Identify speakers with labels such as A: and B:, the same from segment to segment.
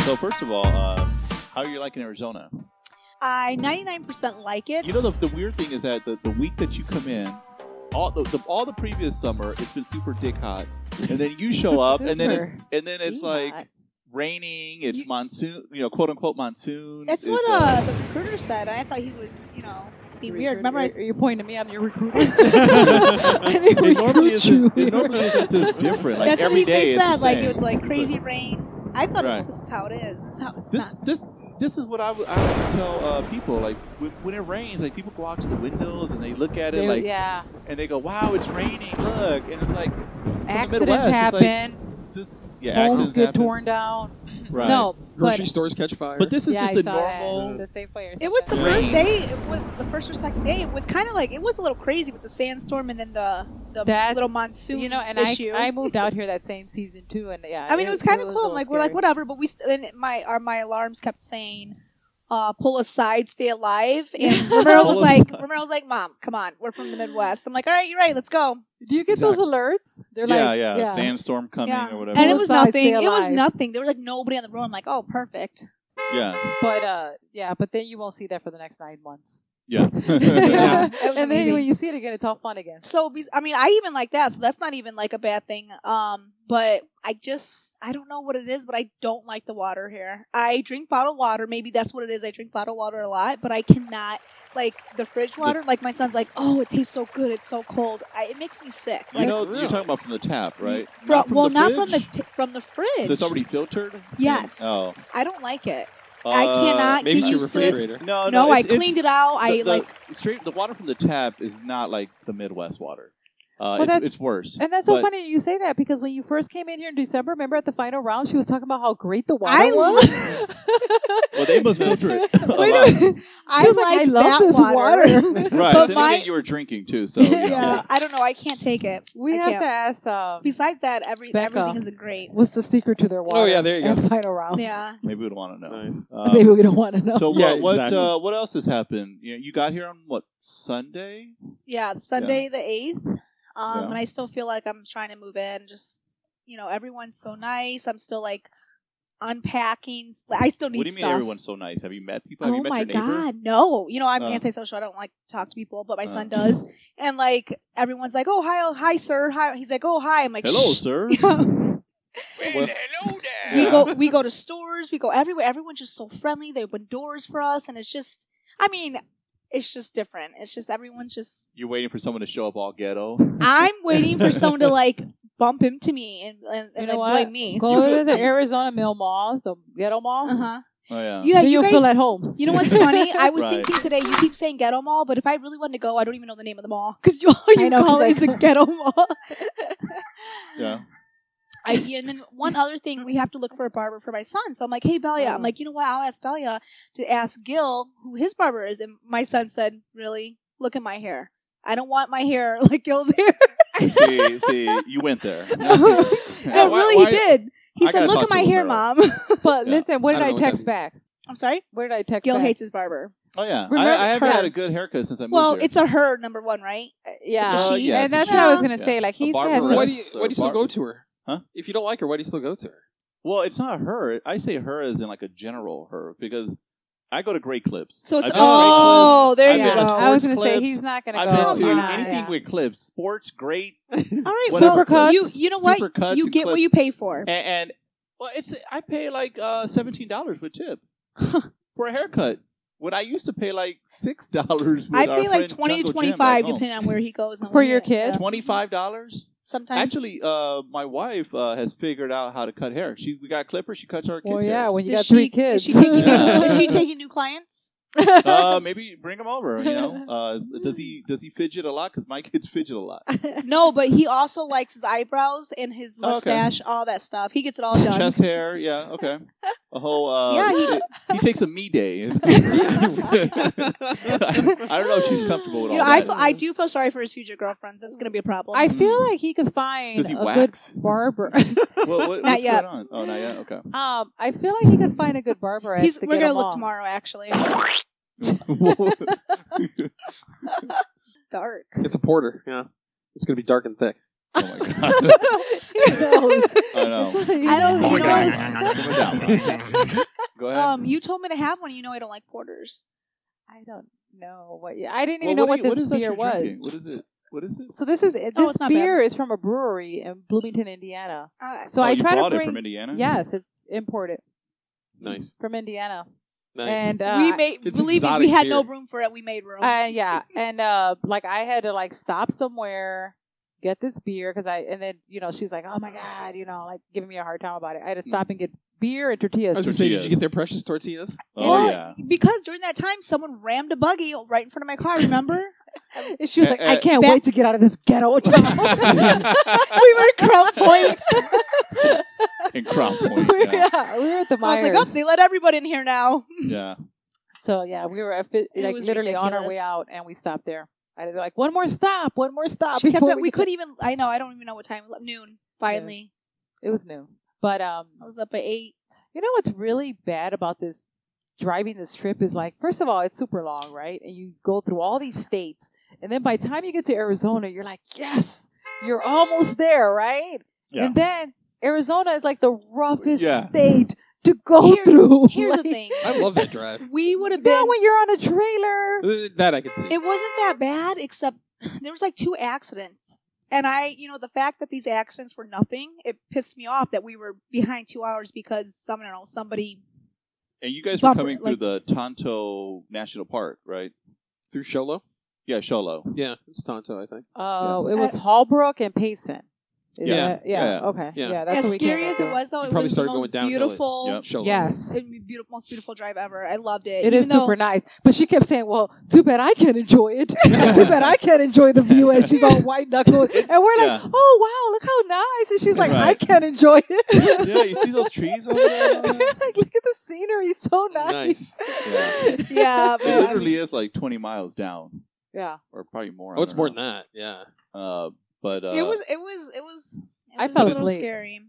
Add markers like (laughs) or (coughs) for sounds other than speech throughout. A: So first of all, uh, how are you liking Arizona?
B: I 99% like it.
A: You know, the, the weird thing is that the, the week that you come in, all the, the all the previous summer it's been super dick hot, and then you
B: (laughs)
A: show up, and then it's,
B: Super
A: and then it's
B: Be
A: like
B: hot.
A: raining. It's
B: You-
A: monsoon, you know, quote unquote monsoon.
B: that's
A: it's,
B: what
A: uh,
B: uh, the recruiter said. and I thought he was, you know, be weird. Remember, I,
C: you're pointing at me. I'm your
A: (laughs)
C: recruiter.
A: I (laughs)
B: (laughs)
C: (laughs)
A: it normally
C: you.
A: isn't. It normally isn't this different. Like
B: uh, that's what
A: every
B: he,
A: day,
B: they
A: it's the
B: said. Like
A: same.
B: it was like
A: It's
B: crazy rain. I thought
A: Right.
B: this is how it is. This is how it's
A: This,
B: not.
A: this, this is what I would, I would tell uh, people. Like when, when it rains, like people go out to the windows and they look at it,
C: They-
A: like,
C: yeah,
A: and they go, "Wow, it's raining! Look!" And it's like
C: accidents
A: Midwest, it's
C: happen.
A: this, yeah,
C: homes
A: accidents
C: get
A: happen.
C: torn down.
A: Right.
C: No, but
D: Grocery stores catch fire.
A: but this is
C: yeah,
A: just
C: I
A: a
C: saw that.
A: normal.
C: The safe players.
B: It was the
A: Yeah.
B: first
A: Rain.
B: day. It was the first or second day. It was kind of like it was a little crazy with the sandstorm and then the the
C: That's-
B: little monsoon.
C: you know, and
B: issue.
C: I I moved out here that same season too, and yeah.
B: I mean, it, was kind of
C: a
B: cool. I'm
C: little
B: like, we're like,
C: scary.
B: whatever. But we st- and my our my alarms kept saying, uh, "Pull aside, stay alive." And Romero was
A: Pull
B: like,
A: aside.
B: Romero was like, "Mom, come on, we're from the Midwest." I'm like, "All right, you're right. Let's go."
C: Do you get those alerts? They're
A: yeah,
C: like,
A: yeah, sandstorm coming
B: Yeah.
A: or whatever.
B: And it
C: Pull
B: was
C: aside,
B: nothing.
C: stay
B: It was
C: alive.
B: nothing. There was like nobody on the road. I'm like, "Oh, perfect."
A: yeah,
C: But uh, yeah, but then you won't see that for the next nine months. (laughs)
B: (laughs)
A: (laughs) yeah.
B: That was
C: and then
B: amazing.
C: when you see it again, it's all fun again.
B: So be- I mean, I even like that. So that's not even like a bad thing. Um, but I just I don't know what it is, but I don't like the water here. I drink bottled water. Maybe that's what it is. I drink bottled water a lot, but I cannot like the fridge water. Like my son's like, oh, it tastes so good. It's so cold. I, it makes me sick.
A: you
B: Like,
A: know,
D: really?
A: you're talking about from the tap, right?
B: fro- well, not from the
A: fridge?
B: t- from the
A: So it's
B: fridge.
A: already filtered.
B: Yes.
A: Oh,
B: I don't like it.
A: Uh,
B: I cannot
A: maybe it's
B: get
D: your
B: used to it.
D: refrigerator.
A: Oh, No,
B: No, I
A: it's- it's-
B: cleaned it out. I
A: the, the
B: like
A: straight the water from the tap is not like the Midwest water. Uh, it's,
C: that's-
A: it's worse.
C: And that's so
A: But-
C: funny you say that because when you first came in here in December, remember at the final round, she was talking about how great the water
B: I
C: was.
A: (laughs) Well, they must filter
B: (laughs)
A: it. a
C: Wait
A: lot.
C: a minute.
B: I
C: She was
B: like,
C: like, I love
B: that
C: this water.
A: Right.
B: But
A: But
B: my-
A: you were drinking too, so you know.
C: Yeah.
B: yeah, (laughs) I don't know. I can't take it.
C: we
B: I
C: have
B: can't.
C: to ask um,
B: Besides that, every
C: Becca.
B: everything is great.
C: what's the secret to their water.
D: yeah, there you
C: at Final round.
B: Yeah.
A: maybe we'd want to know.
D: nice.
B: (laughs)
A: Um,
C: Maybe we don't want to know.
A: So
D: Yeah,
A: what?
D: exactly.
A: What, uh, what else has happened? You, know, you got here on what Sunday?
B: Yeah. Sunday the eighth. Um,
A: Yeah.
B: and I still feel like I'm trying to move in. Just you know, everyone's so nice. I'm still like unpacking. I still need
A: What do you mean
B: stuff.
A: everyone's so nice? Have you met people? Have
B: oh
A: you met
B: my
A: your neighbor?
B: god, no! You know I'm
A: Oh.
B: antisocial. I don't like to talk to people, but my son
A: Oh.
B: does. And like everyone's like, "Oh hi, oh, hi, sir, hi." He's like, "Oh hi." I'm like,
A: Hello,
B: "Shh." (laughs)
A: sir. Well,
D: (laughs)
B: we
A: Yeah. (laughs)
B: go we go to stores we go everywhere everyone's just so friendly they open doors for us and it's just i mean it's just different it's just everyone's just
A: You're waiting for someone to show up all
B: (laughs)
A: ghetto.
B: i'm waiting for someone to like bump into me and and,
C: You
B: and like,
C: know what?
B: blame me
C: Go to the Arizona Mill Mall, the ghetto mall.
B: uh-huh
A: Oh yeah.
B: you, yeah,
C: so
B: you
C: you'll
B: guys
C: feel at home.
B: you know what's funny? I was
A: Right.
B: thinking today. You keep saying ghetto mall, but if I really wanted to go, I don't even know the name of the mall because (laughs) you all
C: I
B: you
C: know,
B: call
C: 'cause I
B: it is a
C: go-
B: ghetto mall. (laughs)
A: yeah.
B: I, and then one other thing, we have to look for a barber for my son. So I'm like, hey, Belia.
C: Oh.
B: I'm like, you know what? I'll ask Belia to ask Gil who his barber is. And my son said, really? Look at my hair. I don't want my hair (laughs) like Gil's hair.
A: see, see, you went
B: (laughs)
A: there.
B: No,
A: (laughs) Yeah,
B: no,
A: why-
B: really,
A: why-
B: he did. He
A: I
B: said,
A: gotta
B: look
A: talk
B: at
A: to
B: my hair,
A: Romero.
B: mom. (laughs)
C: But
A: Yeah.
C: listen, what
D: I
C: did
D: don't
C: I,
D: know what that
C: text
D: means.
C: back?
B: I'm sorry?
C: Where did I text
B: Gil
C: back?
B: hates his barber.
A: Oh yeah.
C: Remember
A: I, I haven't
B: her.
A: had a good haircut since I moved
B: Well,
A: here.
B: it's a her, number one, right?
C: Yeah.
B: It's a
A: Uh,
B: she.
A: yeah,
C: and that's
A: it's a
C: what I
A: she.
C: was gonna
A: Yeah.
C: say. Like
A: A
C: he's
A: barber
D: Why do
A: Yes,
D: you
A: or
D: why do you still
A: bar-
D: go to her?
A: Huh?
D: If you don't like her, why do you still go to her?
A: Well, it's not her. I say her as in like a general her because I go to Great Clips.
B: So it's,
A: I've been to Great Clips.
B: oh, there
A: I've
B: you
A: been to
B: go.
C: I was
A: sports
C: gonna say
A: clips.
C: he's not gonna go.
A: I've been to
B: Oh, Yeah,
A: anything
C: yeah.
A: with clips, sports, great.
B: All right,
A: whatever
C: Supercuts.
A: clips.
B: You, you know what?
A: Supercuts
B: you
A: and
B: get what
A: clips.
B: you pay for.
A: And, and well, it's I pay like uh, seventeen dollars with tip for a haircut. When I used to pay like six (laughs) dollars,
B: I pay like 20 to 25 depending on where he goes. and
C: For
B: when
C: your
B: he-
C: kid?
B: yeah.
A: Twenty five dollars.
B: Sometimes.
A: Actually, uh, my wife uh, has figured out how to cut hair. She we got clippers. She cuts our kids'
C: Well, yeah,
A: hair.
C: when you
B: Does
C: got three
B: she-
C: kids,
B: Is she,
A: (laughs)
B: taking,
A: Yeah.
B: is she taking new clients?
A: uh, maybe bring him over. You know, uh, does he does he fidget a lot? Because my kids fidget a lot.
B: (laughs) No, but he also likes his eyebrows and his
A: Oh, okay.
B: mustache, all that stuff. He gets it all
A: (laughs)
B: done.
A: Chest hair, yeah, okay. A whole. Uh,
B: Yeah, he-
A: it- he, takes a me day. (laughs) I, I don't know if she's comfortable with
B: you
A: all
B: know, I,
A: that.
B: feel- I do feel sorry for his future girlfriends. That's going to be a problem.
C: I feel like he could find
A: Does he
C: a (laughs)
A: wax?
C: good barber.
A: What- what- what's
B: Not yet.
A: Going on? Oh, not yet. Okay. (laughs)
C: um, I feel like he could find a good barber at
B: He's,
C: the
B: we're going to
C: ghetto
B: look
A: (laughs)
C: mall. (laughs)
B: tomorrow, actually. Dark.
A: Oh
D: It's a porter. Yeah. It's gonna be dark and thick.
A: Oh my god. I know.
B: I don't-
A: Oh my
B: you know,
A: God.
D: Go ahead.
B: Um, you told me to have one. You know I don't like porters.
C: I don't know what. I didn't
A: Well,
C: even know
A: what do you-
C: what, this
A: what is that
C: beer
A: you're
C: was. Oh,
A: drinking? What is it? What is it?
C: So this is this
B: it's not bad.
C: beer is from a brewery in Bloomington, Indiana.
B: Uh,
C: So
A: oh,
C: I
A: you
C: try to
A: brought
C: bring.
A: it from Indiana.
C: Yes, it's imported
D: nice,
C: from Indiana,
D: nice.
C: and uh,
B: we made
D: It's
B: believe me, we
D: exotic
B: had no
D: beer.
B: room for it. We made room.
C: uh, yeah, and uh, like I had to like stop somewhere, get this beer because I and then you know she's like, oh my god, you know, like giving me a hard time about it. I had
A: Hmm.
C: to stop and get beer and
D: I was
C: tortillas.
D: gonna say, did
A: tortillas.
D: you get their precious tortillas?
A: Oh
B: Well,
A: yeah.
B: because during that time, someone rammed a buggy right in front of my car. (laughs) Remember?
C: And (laughs) she was
A: Uh,
C: like, I
A: uh,
C: can't
B: Back-
C: wait to get out of this ghetto
A: (laughs)
C: (laughs) town. we were at Crown Point.
A: In Crown Point.
C: (laughs) We-
A: Yeah.
C: yeah, we were at the
B: I
C: Myers.
B: was like, oh, they let everybody in here now.
A: yeah.
C: So yeah, we were affi-
B: It
C: like
B: was
C: literally on our way
B: ridiculous.
C: out, and we stopped there. I was like, one more stop, one more
B: (laughs)
C: stop.
B: She kept
C: before
B: it. We
C: get
B: could even. I know. I don't even know what time. Noon. Finally,
C: the-" It was new, but um,
B: I was up at (laughs) eight.
C: you know what's really bad about this driving this trip is like, first of all, it's super long, right? And you go through all these states, and then by the time you get to Arizona, you're like, yes, you're almost there, right?
A: Yeah.
C: And then Arizona is like the roughest
A: Yeah.
C: state to go
B: Here's-
C: through. (laughs)
B: Here's
C: like,
B: the thing.
D: I love that
C: (laughs)
D: drive.
B: We would have
C: Now
B: been.
C: when you're on a trailer,
D: that I could see.
B: It wasn't that bad, except (sighs) there was like two accidents. And I, you know, the fact that these accidents were nothing, it pissed me off that we were behind two hours because some, I don't know, somebody.
A: And you guys were
B: Bumper,
A: coming through
B: like-
A: the Tonto National Park, right?
D: Through Sholo?
A: Yeah, Sholo.
D: Yeah, it's Tonto, I think.
C: Oh, it was Hallbrook and Payson. Is
A: Yeah.
C: that- yeah,
A: Yeah.
C: Okay.
D: Yeah.
C: Yeah. that's
B: as
C: what we
B: scary
C: came
B: as it
C: to.
B: was, though,
D: You
B: it
D: probably
B: was the
D: started
B: most
D: going downhill it-
B: beautiful,
A: Yep.
D: Sholo.
C: Yes.
B: it'd be beautiful, most beautiful drive ever. I loved it.
C: It is
B: Even though-
C: super nice. But she kept saying, Well, too bad I can't enjoy it. (laughs) too bad I can't enjoy the view as she's all white knuckled. And we're like,
A: yeah.
C: Oh wow, look how nice. And she's like, I
A: Right.
C: can't enjoy (laughs)
A: (laughs)
C: it.
A: yeah, you see those trees over there?
C: (laughs) like, look at the scenery, it's so (laughs) nice.
A: Yeah.
B: Yeah,
A: (laughs)
B: but
A: It
B: I mean,
A: literally is like 20 miles down,
C: Yeah.
A: or probably more.
D: Oh, it's more than that. Yeah.
A: that. Uh, but uh,
B: it was, it was, it was. It
C: I
B: was
C: fell
B: a little
C: asleep. (laughs)
B: Scary.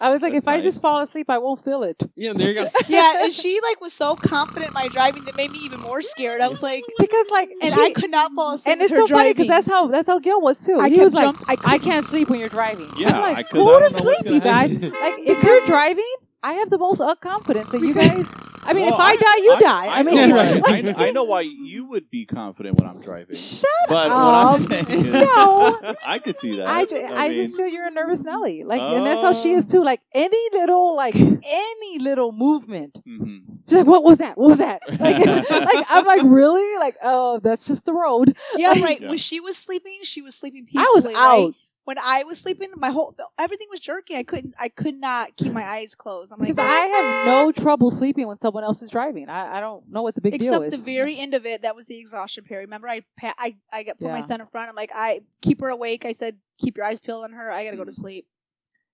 C: I was like,
A: That's
C: if I just
A: nice.
C: fall asleep, I won't feel it.
D: Yeah, there
C: (laughs)
D: you go.
B: yeah, and she like was so confident in my driving that made me even more scared. I was like,
C: Because like
B: and
C: she-
B: I could not fall asleep.
C: and it's
B: with her
C: so funny because
B: driving.
C: that's how that's how Gil was too.
B: I
C: he
B: kept
C: was like,
B: jump- I couldn't
C: I can't sleep when you're driving.
A: yeah,
C: I'm
A: I,
C: like,
A: 'cause
C: go
A: I
C: to
A: don't know what's
C: sleep,
A: gonna
C: you guys.
A: happen.
C: Like if you're driving, I have the most up confidence, and you guys. I mean,
A: Well,
C: if I,
A: I-
C: die, you die. (laughs) I, mean,
A: know
C: (laughs)
D: Yeah,
A: why-
D: right.
A: I, know, I know why you would be confident when I'm driving,
C: shut.
A: but
C: up.
A: what
C: (laughs)
A: I'm saying is,
C: No.
A: (laughs) I could see that.
C: I, ju- I,
A: mean,
C: just feel you're a nervous Nelly. Like, and that's how she is
A: Oh.
C: too. Like any little,
B: (laughs)
C: like any little movement.
A: mhm.
C: She's like, what was that? What
A: (laughs)
C: was that? Like, like I'm like, really? Like, oh, that's just the road. (laughs)
B: Yeah, right.
A: Yeah.
B: When she was sleeping, she was sleeping peacefully.
C: I was
B: right?
C: out
B: When I was sleeping, my whole everything was jerky. I couldn't. I could not keep my eyes closed. I'm like,
C: because I have no trouble sleeping when someone else is driving. I, I don't know what the big deal
B: except
C: is.
B: the very end of it. That was the exhaustion period. Remember, I pa- I I got put my
C: Yeah.
B: son in front. I'm like, I keep her awake. I said, keep your eyes peeled on her. I gotta go to sleep.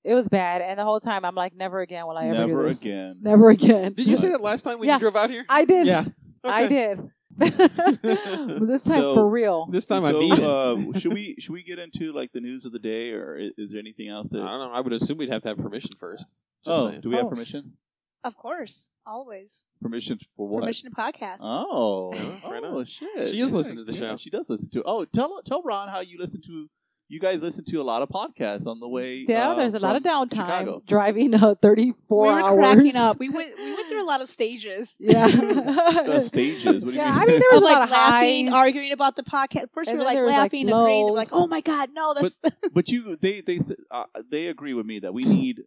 C: It was bad, and the whole time I'm like, never again will I ever
A: never
C: do this.
A: again.
C: Never again.
D: Did you say that last time when
C: Yeah.
D: you drove out here?
C: I did.
D: yeah.
C: I
D: Okay.
C: did. (laughs) But this time
A: So-
C: for real.
D: This time I
A: so,
D: beat it.
A: (laughs) uh, should we should we get into like the news of the day, or is, is there anything else
D: I
A: that?
D: don't know. I would assume we'd have to have permission first. Just
A: oh,
D: saying.
A: do we have
C: Oh.
A: permission?
B: Of course, always
A: Permission for what?
B: permission to podcast.
A: Oh,
D: Yeah, right
A: oh shit!
D: She is
A: Yeah,
D: listening to the
A: yeah,
D: show.
A: She does listen to. Oh, tell tell Ron how you listen to. You guys listen to a lot of podcasts on the way.
C: Yeah,
A: uh,
C: there's a lot of
A: from
C: downtime
A: Chicago.
C: driving uh, 34
B: we were
C: hours.
B: cracking up. We went we went through a lot of stages.
A: (laughs)
C: (laughs) Yeah.
A: Uh, stages. What do
C: yeah,
A: you mean?
C: I mean, there
B: Of,
C: was a lot
B: like
C: of
B: laughing,
C: highs.
B: arguing about the podcast. First,
C: And
B: we were
C: then
B: like
C: there was, like,
B: laughing, agreeing. They were like,
C: lows.
B: "Oh my god, no, that's (laughs)
A: but you, they, they, s- uh, they agree with me that we need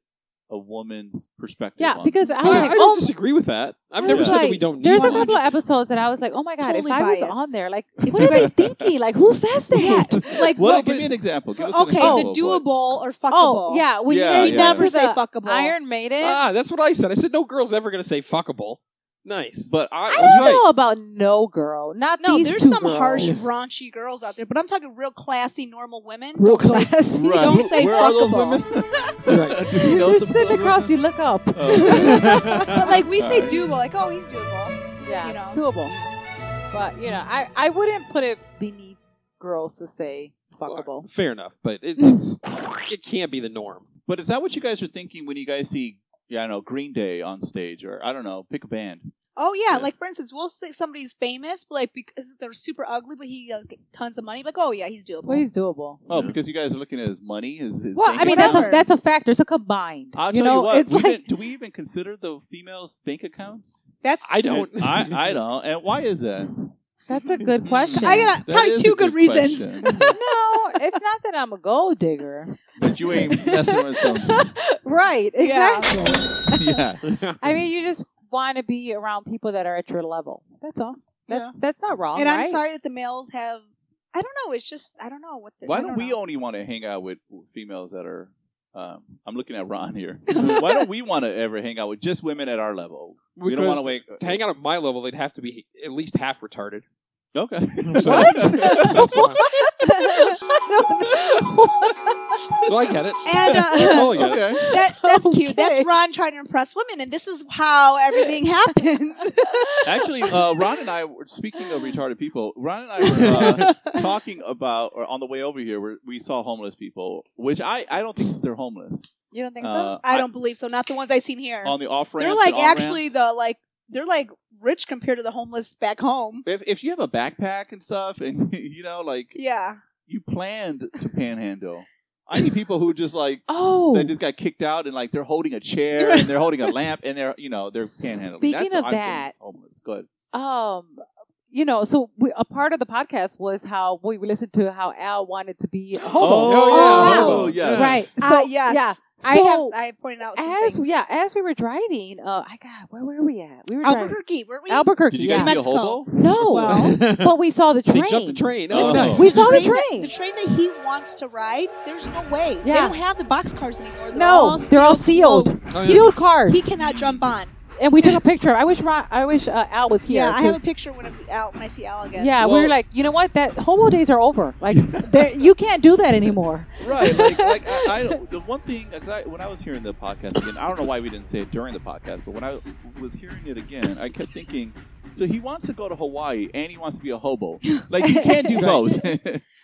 A: a woman's perspective.
C: yeah,
A: on (laughs)
C: because I
D: I,
C: was
D: I
C: like,
D: don't
C: oh,
D: disagree with that. I've
C: I
D: never
C: was
D: said that
C: like,
D: we don't need
C: There's a
D: one.
C: couple of episodes that I was like, oh my god,
B: Totally
C: if I
B: biased.
C: was on
A: (laughs)
C: there, like, what are you guys thinking? Like, who says that?
B: like
A: Well,
B: what-
A: give me an example. Give us an
B: okay,
A: example
B: the
A: of what-
B: doable or fuckable.
C: Oh, yeah. When
A: Yeah,
C: you
A: oh, yeah.
C: guys got
B: Never
C: to
B: say
C: the
B: fuckable.
C: Iron Maiden.
D: Ah, that's what I said. I said no girl's ever going to say fuckable. Nice.
A: But I,
C: I
A: was
C: don't
A: right.
C: know about no girl. Not
B: No,
C: these
B: there's
C: two
B: some
C: girls.
B: harsh, raunchy girls out there, but I'm talking real classy, normal women.
A: (laughs)
C: (laughs) real classy.
A: Right.
B: don't
A: Who-
B: say
A: Where are those
B: fuckable.
A: women?
C: (laughs)
A: (laughs)
D: Right.
A: Do we know
C: You're
A: some
C: just
A: of
C: sitting
A: those women?
C: across. (laughs) You look up.
A: Oh, okay.
B: But like we say
A: Alright.
B: doable, like oh he's doable.
C: Yeah,
B: You know.
C: doable. But you know, I I wouldn't put it beneath girls to say fuckable.
D: Fair enough, but it, it's it can't be the norm.
A: But is that what you guys are thinking when you guys see, yeah, I don't know, Green Day on stage, or I don't know, pick a band?
B: Oh yeah,
A: Yeah.
B: like for instance, we'll say somebody's famous, but like because they're super ugly, but he has tons of money. Like, oh yeah, he's doable.
C: Well, he's doable.
A: Oh,
D: Yeah.
A: because you guys are looking at his money. His, his
C: Well,
A: bank
C: I mean that's a
B: Whatever.
C: that's a factor. It's a combined.
A: I'll
C: you
A: tell
C: know,
A: you what.
C: it's
A: we
C: like
A: didn't- do we even consider the females' bank accounts?
B: That's
D: I don't.
A: I, I
D: (laughs)
A: don't. And why is
C: (laughs)
A: that?
C: that's a
A: (laughs)
C: good
A: Hmm.
C: question.
B: I
C: (laughs)
B: got
A: That
B: probably
A: is
B: two
A: a
B: good, reasons.
A: question.
C: no, it's not that I'm a gold digger.
A: but you
C: (laughs)
A: ain't messing with something.
C: Right,
B: Yeah.
C: exactly.
A: yeah.
C: I mean, you just want to be around people that are at your level. That's all. That's,
A: Yeah.
C: that's not wrong,
B: and
C: right?
B: I'm sorry that the males have. I don't know. It's just I don't know what. they're-
A: Why
B: I
A: don't
B: know.
A: we only want to hang out with females that are? Um, I'm looking at Ron
C: (laughs)
A: here. Why don't we want to ever hang out with just women at our level? (laughs) we don't want to wait. uh,
D: to hang out at my level. They'd have to be at least half retarded.
A: (laughs) Okay.
D: So, (laughs) so I get it.
B: And
D: (laughs)
B: uh,
D: Totally get
A: (laughs)
D: it.
A: okay.
B: that
C: (laughs)
B: that's
C: Okay.
B: cute. That's Ron trying to impress women, and this is how everything happens.
A: Actually, uh, Ron and I were speaking of retarded people. Ron and I
C: (laughs)
A: were uh, talking about, or on the way over here, where we saw homeless people, which I, I don't think they're homeless.
C: (laughs) you don't think
A: Uh,
B: I don't believe so. Not the ones I've seen here.
A: on the off ramps.
B: They're like actually the like they're like rich compared to the homeless back home.
A: If, if you have a backpack and stuff, and (laughs) you know, like
B: Yeah.
A: you planned to panhandle, I need people who just
B: (laughs)
A: like
C: so? Oh,
A: that just got kicked out and like they're holding a chair and they're
B: (laughs)
A: holding a lamp and they're you know they're panhandling.
C: Speaking
A: That's
C: of
A: what I think
C: that-
A: is homeless. Good.
C: um you know so we, a part of the podcast was how we listened to how al wanted to be a hobo
D: Oh, yeah.
A: Oh,
D: Hobo,
A: yeah.
C: right so
B: Ah, yes.
C: yeah
B: I
C: So,
B: have I pointed out some
C: as
B: things.
C: yeah as we were driving uh i got where were we at we were driving
B: Albuquerque, where we
C: albuquerque
A: Did you guys
C: yeah.
A: see
B: Mexico.
A: a hobo? (laughs)
C: no
B: Well.
C: but we saw the
D: (laughs) They
C: train
D: jumped the train.
A: Oh.
D: Oh, nice.
C: we saw the
B: that-
C: train
B: the train that he wants to ride, there's no way. They
C: Yeah.
B: don't have the boxcars anymore. They're
C: no
B: all
C: they're all sealed
B: closed.
D: Oh, yeah.
C: sealed cars
B: He cannot jump on.
C: and we took a picture i wish Ron, i wish uh, al was here
B: Yeah, I have
C: 'cause-
B: a picture when I'm out when I see Al again.
C: yeah, we
A: Well-
C: were like, you know what? That homo days are over.
A: (laughs)
C: Like, there- you can't do that anymore.
A: Right.
D: (laughs)
A: Like, like I, I don't- the one thing cause I, when I was hearing the podcast again, I don't know why we didn't say it during the podcast, but when I was hearing it again, I kept thinking. So he wants to go to Hawaii and he wants to be a hobo. Like you can't do
D: (laughs) Right.
A: both. (laughs)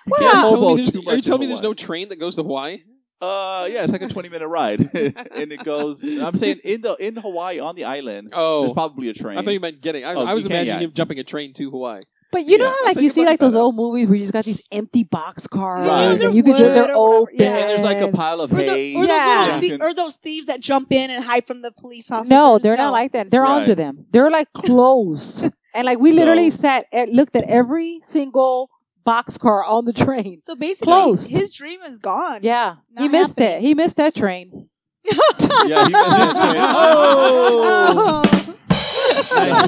C: Wow.
A: Yeah,
D: Are you telling
A: Hobo
D: me there's-
A: too much
D: Are you
A: in
D: telling me there's
A: Hawaii.
D: no train that goes to Hawaii?
A: uh, yeah, it's like a twenty-minute ride, (laughs) and it goes. I'm saying in the in Hawaii on the island, there's
D: Oh,
A: probably a train.
D: I thought you meant getting. I,
A: Oh,
D: I was
A: you can,
D: imagining
A: yeah.
D: him jumping a train to Hawaii.
C: But you know
A: Yeah.
C: how
A: So
C: like
A: you
C: you see
A: look
C: like those
A: better.
C: old movies where you just got these empty box cars
A: Yeah, or
C: and you could
B: they're
C: just they're
B: wood or
C: open.
B: whatever. Yeah.
A: and there's like a pile of
B: Or, the-
A: hay.
B: or,
C: Yeah.
B: those little
A: You
B: thie-
A: can-
B: or those thieves that jump in and hide from the police officers.
C: no, they're
B: No.
C: not like that. They're
A: Right.
C: onto them. They're like
B: (laughs)
C: closed. and like we literally
A: So-
C: sat and looked at every single box car on the train.
B: So basically,
C: Closed.
B: his dream is gone.
C: Yeah. he
B: Not
C: missed
B: happening.
C: it. He missed that train.
A: (laughs) yeah, he missed that train. Oh,
B: (laughs) Oh.
C: (laughs)
A: nice one.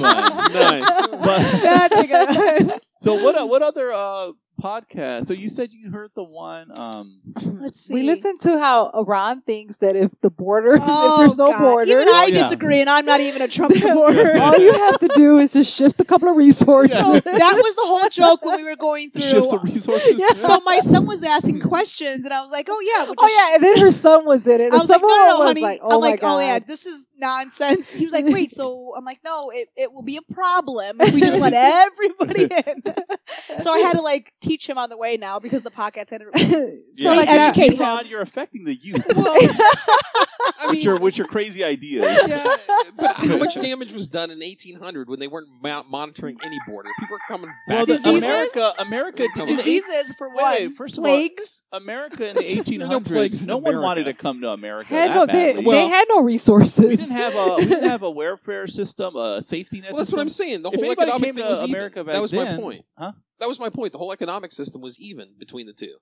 D: Nice.
A: But-
C: That nigga.
A: So what? o- What other uh, podcast? So you said you heard the one. Um,
B: Let's see.
C: we
B: (laughs)
C: listened to how Iran thinks that if the borders,
B: Oh,
C: if there's no
B: God.
C: borders,
B: Even
C: (laughs)
B: I
A: Yeah.
B: disagree, and I'm not even a (laughs) Trump supporter.
C: all you have to do is just shift a couple of resources.
B: (laughs)
C: (laughs)
B: So that was the whole joke when we were going
A: shifts of
B: through.
A: resources.
C: Yeah.
A: (laughs)
B: So my son was asking questions, and I was like, "Oh yeah, well,
C: Oh
B: just-
C: yeah, and then her son was in it. And
B: I was like,
C: someone
B: no, no, no,
C: was
B: honey.
C: like, oh
B: I'm
C: my
B: like,
C: god. (laughs)
B: oh yeah, (laughs) this is nonsense. He was like, wait, so I'm like, no, it, it will be a problem if we just let everybody in. so I had to like teach him on the way now because the podcast had to.
C: (laughs) so
A: Yeah.
C: like
A: You-
C: that,
B: educate him.
A: Ron, you're affecting the youth
D: (laughs) I
A: with
D: mean,
A: your with your crazy ideas.
D: yeah, (laughs) but how
B: (laughs)
D: much damage was done in 1800 when they weren't mo- monitoring any border? People were coming
A: Well,
D: back.
A: the
B: Diseases?
A: America, America, in the eight-
B: diseases for
A: Wait, wait,
B: one,
A: first of all-
B: plagues.
A: America in the
D: (laughs) No
A: 1800s.
D: plagues
A: No,
D: in
A: one
D: America.
A: wanted to come to America
C: had
A: that
C: no, they,
A: badly.
C: they had no resources.
A: we didn't have a we didn't
B: (laughs)
A: have a welfare system, a safety net.
D: Well, that's what I'm
A: system.
D: saying. The
A: If
D: whole
A: anybody
D: economic
A: came
D: thing
A: to
D: was even.
A: America back
D: That was
A: then-
D: my point.
A: Huh?
D: That was my point. The whole economic system was even between the two.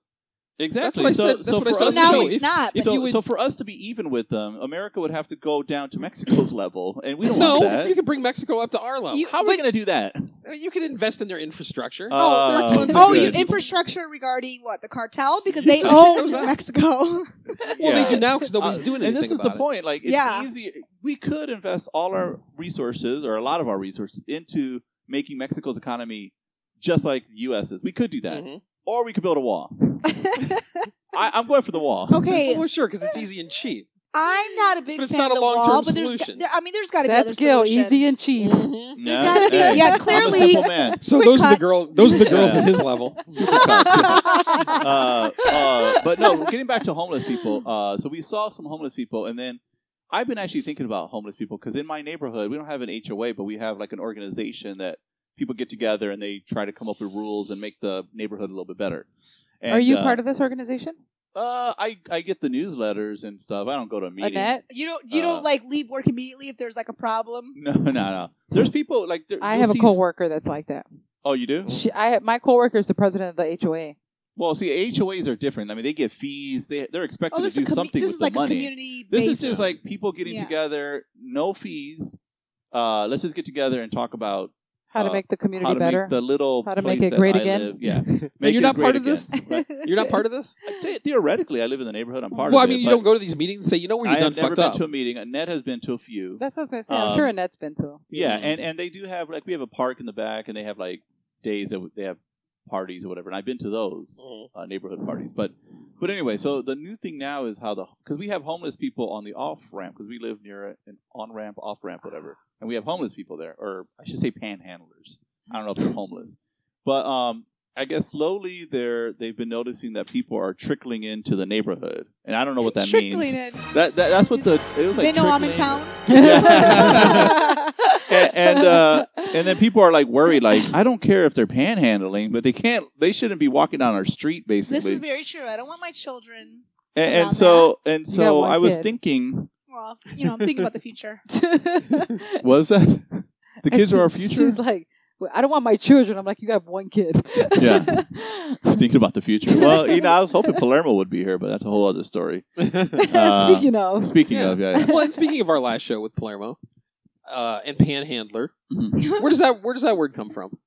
A: Exactly.
D: That's what I
A: so, so
D: said- that's what I
A: for us
D: said on
A: to
D: the
B: now
D: show.
A: be-
B: it's
D: if-
B: not.
D: if
B: but-
A: so,
D: you would-
A: so for us to be even with them, America would have to go down to Mexico's level, and
D: (laughs)
A: we don't
D: no,
A: want that.
D: you can bring Mexico up to our level.
A: How are we going to do that?
D: You can invest in their infrastructure.
B: Oh,
A: Uh,
B: that's
D: one's
B: oh,
D: good.
B: you, infrastructure regarding what the cartel because
D: You
B: they
D: just- it
B: own
D: was not-
C: (laughs)
B: Mexico.
D: well,
A: yeah.
D: they do now because nobody's
A: Uh,
D: doing
A: and
D: anything
A: this is the
D: about it.
A: point. Like, it's
B: Yeah.
A: easy. We could invest all our resources or a lot of our resources into making Mexico's economy just like the U.S.'s. We could do that,
B: Mm-hmm.
D: Mhm.
A: or we could build a wall.
B: (laughs)
A: I, I'm going for the wall.
B: okay,
D: Well, sure, because (laughs) it's easy and cheap.
B: I'm not a big
D: But it's
B: fan
D: not
B: of
D: a
B: the wall,
D: long-term
B: but there's,
D: solution.
B: there, I mean, there's got to be
C: That's
B: other
C: Gil,
B: solutions.
C: easy and cheap. (laughs)
D: Mm-hmm.
A: No,
B: gotta
A: (laughs)
B: be-
A: hey,
B: yeah,
A: I'm a
B: clearly-
A: simple man.
D: So
B: Quick
D: those are the
B: cuts.
D: girls. Those are the girls
A: Yeah.
D: at (laughs) his level.
A: Uh, uh, but no, getting back to homeless people. Uh, so we saw some homeless people, and then I've been actually thinking about homeless people because in my neighborhood we don't have an HOA, but we have like an organization that people get together and they try to come up with rules and make the neighborhood a little bit better. And,
C: Are you
A: uh,
C: part of this organization?
A: Uh, I I get the newsletters and stuff. I don't go to meetings.
C: Annette?
B: You don't you
A: Uh,
B: don't like leave work immediately if there's like a problem.
A: (laughs) No, no, no. There's people like there,
C: I
A: you'll
C: have a
A: see-
C: coworker that's like that.
A: Oh, you do?
C: She, I my coworker is the president of the HOA.
A: Well, see, HOAs are different. I mean, they get fees. They they're expected
B: Oh,
A: to
B: this
A: do
B: is a commu-
A: something
B: this
A: with
B: is like
A: the
B: a
A: money.
B: community.
A: this is
B: based-
A: just like people getting
B: Yeah.
A: together, no fees. Uh, let's just get together and talk about
C: How to
A: Uh,
C: make the community
A: how to
C: better.
A: make the little
C: How to
A: place
C: make it
A: that
C: great
A: I
C: again.
A: live- Yeah,
D: And
A: make
D: (laughs) you're
A: it
D: not
A: great
D: part of
A: again.
D: this? You're not part of this?
A: Right. Theoretically, I live in the neighborhood. I'm part
D: well, I
A: of it.
D: mean, you
A: but
D: don't go to these meetings and say, you know where
A: I
D: you've done
A: have never
D: fucked
A: been
D: up.
A: to a meeting. Annette has been to a few.
C: That's what I was gonna say. I'm
A: Um,
C: sure Annette's been to.
A: Yeah,
D: Mhm.
A: and and they do have like we have a park in the back, and they have like days that w- they have parties or whatever. And I've been to those
D: Mhm.
A: uh, neighborhood parties, but but anyway, so the new thing now is how the because we have homeless people on the off ramp because we live near a- an on ramp, off ramp, whatever, and we have homeless people there, or I should say panhandlers. I don't know if they're homeless, but um. I guess slowly they're they've been noticing that people are trickling into the neighborhood, and I don't know what that means.
B: (laughs) Trickling in.
A: That, that that's what the it was like.
B: they know I'm in
A: trickling.
B: town.
A: (laughs) Yeah.
C: (laughs)
A: And- and, uh, And then people are like worried, like I don't care if they're panhandling, but they can't, they shouldn't be walking down our street, basically.
B: this is very true. I don't want my children.
A: and, and
B: around
A: so, and
C: got
A: so,
C: one
A: I was
C: kid.
A: thinking,
B: Well, you know, I'm thinking about the future.
C: (laughs)
A: was that the kids are our
C: She
A: future?
C: was like, "Well, I don't want my children. I'm like, you have one kid. (laughs)
A: Yeah. thinking about the future. Well, you know, I was hoping Palermo would be here, but that's a whole other story. (laughs)
D: Mm-hmm.
A: Uh,
C: Speaking of,
A: Speaking
D: Yeah.
A: of, (laughs) yeah,
C: (laughs)
A: yeah.
D: well, and speaking of our last show with Palermo uh, and Panhandler,
A: Mhm.
D: where does that where does that word come from?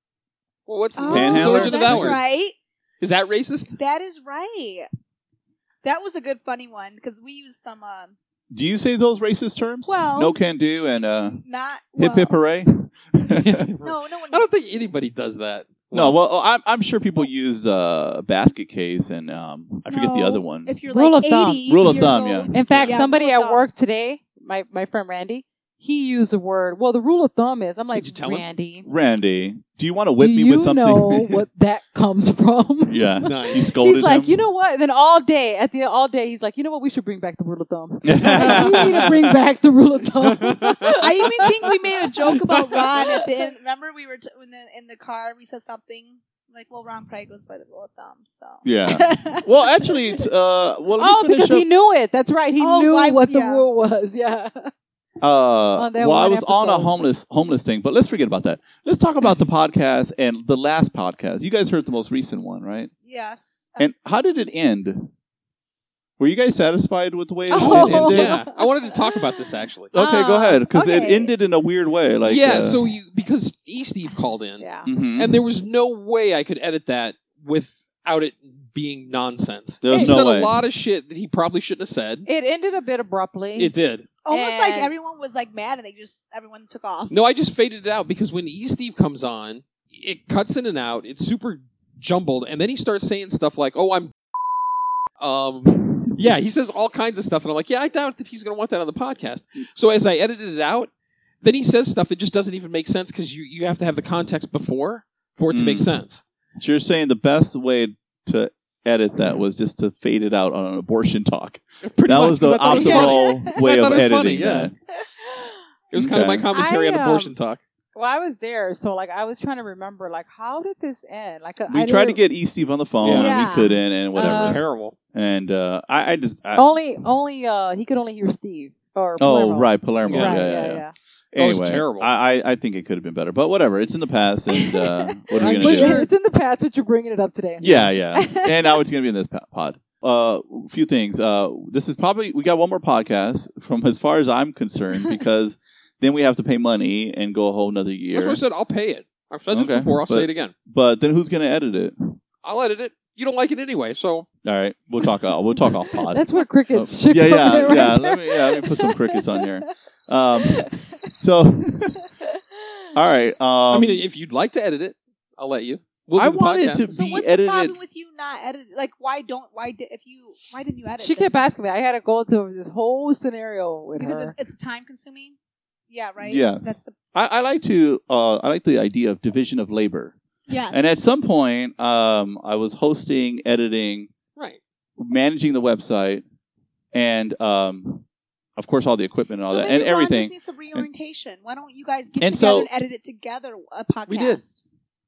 D: Well, what's the
A: Oh, (laughs) Panhandler?
D: what's the origin of that
B: that's
D: word?
B: right.
D: Is that racist?
B: That is right. That was a good funny one because we used some uh,
A: Do you say those racist terms?
B: Well-
A: no can do and uh,
B: not
A: hip
B: well,
A: hip
C: (laughs)
A: hooray. (laughs)
B: No, no one.
D: I don't think anybody does that.
A: No, well, oh, I'm, I'm sure people use uh, basket case and um, I forget the
B: No.
A: other one.
B: If you're
C: Rule
B: like
C: of thumb.
B: 80
A: Rule of
B: years
A: thumb,
B: old-
A: yeah.
C: in fact,
B: Yeah,
C: somebody
B: rule
C: at
B: of thumb.
C: work today, my my friend Randy, he used the word. Well, the rule of thumb is, I'm like,
D: you tell him?
C: Randy,
A: Randy, do you want to whip
C: do
A: me
C: you
A: with something? (laughs)
C: know what that comes (laughs) from?
A: yeah,
D: (laughs) Nice.
A: (laughs) you scolded
C: He's like,
A: him?
C: you know what? And then all day, at the all day, he's like, you know what? We should bring back the rule
A: (laughs)
C: of thumb. (laughs)
A: know,
C: we need to bring back the rule of thumb.
B: I even think we made a
A: (laughs)
B: joke
C: (laughs)
B: about Ron at the end. Remember, we were t- in the in the car. We said something like, "Well, Ron probably goes by the rule of thumb." So
A: yeah.
C: (laughs)
A: Well, actually, it's, uh, well, let me
C: oh,
A: finish
C: because
A: up.
C: he knew it. That's right. He
B: Oh,
C: knew
B: why-
C: what the
B: yeah.
C: rule was.
B: (laughs)
C: Yeah.
A: Uh,
C: on that
A: well, I
C: one
A: was on a
C: episode.
A: homeless homeless thing, but let's forget about that. Let's talk about the podcast and the last podcast. You guys heard the most recent one, right?
B: yes,
C: Uh,
A: And how did it end? Were you guys satisfied with the way it
C: Oh.
A: it
C: (laughs)
A: ended?
D: yeah, I wanted to talk about this actually.
A: Okay, go
C: Ah,
A: ahead, because it
C: okay.
A: ended in a weird way. Like,
D: yeah,
A: uh,
D: so you because E Steve called in,
C: Yeah.
A: mhm.
D: and there was no way I could edit that without it being nonsense.
A: There was
D: he
A: no
D: said
A: way.
D: a lot of shit that he probably shouldn't have said.
C: It ended a bit abruptly.
D: It did.
B: almost like
C: And-
B: everyone was like mad, and they just everyone took off.
D: No, I just faded it out because when E Steve comes on, it cuts in and out. It's super jumbled, and then he starts saying stuff like, "Oh, I'm," (laughs) um, yeah, he says all kinds of stuff, and I'm like, "Yeah, I doubt that he's going to want that on the podcast." So as I edited it out, then he says stuff that just doesn't even make sense because you you have to have the context before for it to make
A: Mm.
D: sense.
A: So you're saying the best way to edit that was just to fade it out on an abortion talk.
D: Pretty
A: that
D: much,
A: was
D: 'cause
A: the
D: I thought it was funny.
A: optimal
C: (laughs)
A: way
D: I
A: of
D: thought it was
A: editing
D: funny, yeah.
A: that.
D: It was kind of my
A: Okay.
D: commentary
C: I,
D: on
C: um,
D: abortion talk.
C: (gasps) Well, I was there, so like I was trying to remember, like how did this end? Like
A: We
C: I
A: tried to
C: didn't-
A: get E Steve on the phone, and
C: Yeah.
A: we couldn't, and whatever.
C: Uh,
D: Terrible.
A: and uh, I, I just, I,
C: only, only uh, he could only hear Steve or
A: oh
C: Palermo.
A: right, Palermo,
C: right,
A: yeah, yeah, yeah.
D: That was
A: Anyway,
D: terrible.
A: I, I, I think it could have been better, but whatever. It's in the past,
D: (laughs)
A: and uh, what are we
C: Like,
A: gonna
C: but
A: do?
C: (laughs)
B: sure.
C: It's in the past, but you're bringing it up today.
A: Yeah, yeah. and now it's going to be in this po- pod. A uh, few things. Uh, this is probably we got one more podcast from as far as I'm
D: (laughs)
A: concerned because then we have to pay money and go a whole another
D: That's what I
A: year.
D: said. I'll pay it. I've said
A: Okay,
D: it before. I'll
A: but-
D: say it again.
A: But then who's going to edit it? All
D: I'll edit it. You don't like it anyway, so
A: right, we'll talk. Uh, we'll talk off pod.
C: That's where crickets
A: Oh,
C: should
A: yeah,
C: come
A: yeah,
C: in right
A: yeah.
C: there.
A: Let me yeah, let me put some crickets on here. Um, so all right. Um,
D: I mean, if you'd like to edit it, I'll let you. We'll do
A: I
D: the
A: wanted
D: podcast.
A: to
B: So
A: be
B: what's the
A: edited.
B: problem with you not editing? Like, why don't why did if you why didn't you edit?
C: (laughs) She
B: then?
C: kept asking me. I had to go through this whole scenario with
B: because
C: her.
B: it's, it's time consuming. Yeah, right.
A: Yes.
B: That's the
A: I, I like to. Uh, I like the idea of division of labor.
B: yes.
A: And at some point, um, I was hosting, editing,
D: Right.
A: managing the website, and um, of course, all the equipment and all
B: so
A: that, and
B: maybe Ron just
A: everything.
B: needs some reorientation. Why don't you guys get
A: And
B: together
A: so-
B: and edit it together a podcast?
D: We did.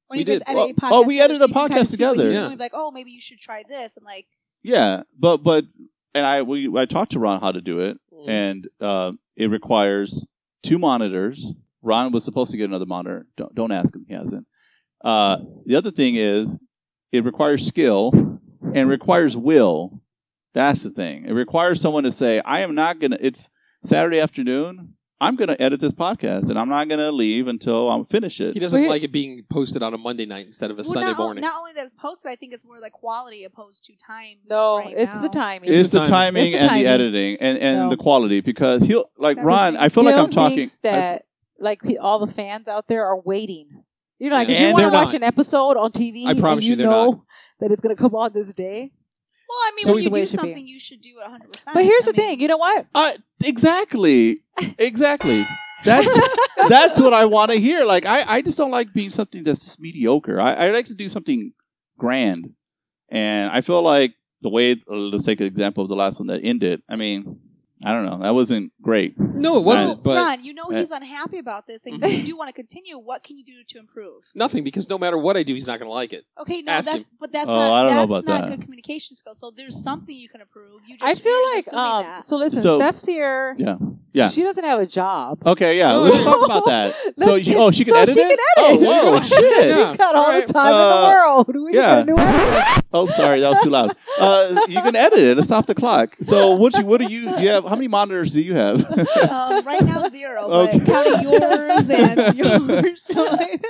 B: Why don't
D: We
B: you guys
D: did.
B: edit a podcast?
A: Oh, we
B: together so
A: edited a
B: you can
A: podcast
B: kinda see what
A: together.
B: he's
D: Yeah.
B: doing, Like, oh, maybe you should try this, and like,
A: Yeah, but but and I we I talked to Ron how to do it,
D: Mm.
C: Mm-hmm.
A: and uh, it requires two monitors. Ron was supposed to get another monitor. Don't don't ask him; he hasn't. Uh, the other thing is, it requires skill and requires will. That's the thing. It requires someone to say, "I am not gonna." It's Saturday afternoon. I'm gonna edit this podcast, and I'm not gonna leave until I finish it.
D: He doesn't
C: We're-
D: like it being posted on a Monday night instead of a
B: Well,
D: Sunday
B: not, o-
D: morning.
B: Not only that it's posted, I think it's more like quality opposed to time.
C: No,
B: right
C: it's
B: now.
C: the timing.
A: It's,
D: It's
A: the
D: the
A: timing,
C: It's the
A: and
C: timing.
A: the editing and, and
C: No.
A: the quality because he'll like
B: That
A: Ron.
B: was-
A: I feel like
C: Gil
A: I'm talking.
C: Thinks that like he- all the fans out there are waiting. You're like, if
D: And
C: you want to
D: they're
C: watch
D: not.
C: an episode on TV,
D: I promise
C: and
D: you
C: you,
D: they're
C: know
D: not.
C: that it's going to come on this day.
B: Well, I mean,
D: So
B: when
C: it's the way
B: you
C: it
B: do
C: should be.
B: something, you should do it 100. percent
C: But here's the thing. You know what?
A: Uh, exactly, exactly. That's that's what I want to hear. Like I, I just don't like being something that's just mediocre. I, I like to do something grand, and I feel like the way. Let's take an example of the last one that ended. I mean, I don't know. That wasn't great.
D: no, it wasn't.
A: Right.
D: but
B: Ron, you know
A: Uh, Mm-hmm.
B: he's unhappy about this, and
D: Mhm.
B: you do want to continue. What can you do to improve?
D: nothing because no matter what I do, he's not going to like it.
B: Okay, no,
D: Ask
B: that's but that's
A: Oh,
B: not
A: I don't know about
B: that's not
A: that.
B: good communication skills. So there's something you can improve. You just,
C: I feel
B: you're just
C: like
B: assuming
C: um.
B: that.
C: So listen,
A: So-
C: Steph's here.
A: Yeah. Yeah.
C: She doesn't have a (laughs) job.
A: Okay, yeah. Let's talk about that.
C: Let's
A: So, you,
C: get-
A: oh, she can
C: so
A: edit
C: she
A: it.
C: Can edit.
A: Oh, whoa, shit.
C: (laughs)
D: Yeah.
C: She's got all,
D: All right.
C: the time in
A: Uh,
C: the world. We
A: yeah.
C: need a new (laughs) episode.
A: Oh, sorry, that was too loud. Uh, you can edit it. Let's stop the clock. So, what you, what do you do? You have how many monitors do you have? (laughs)
B: um, right now zero, but
A: Okay. (laughs)
B: counting yours and yours.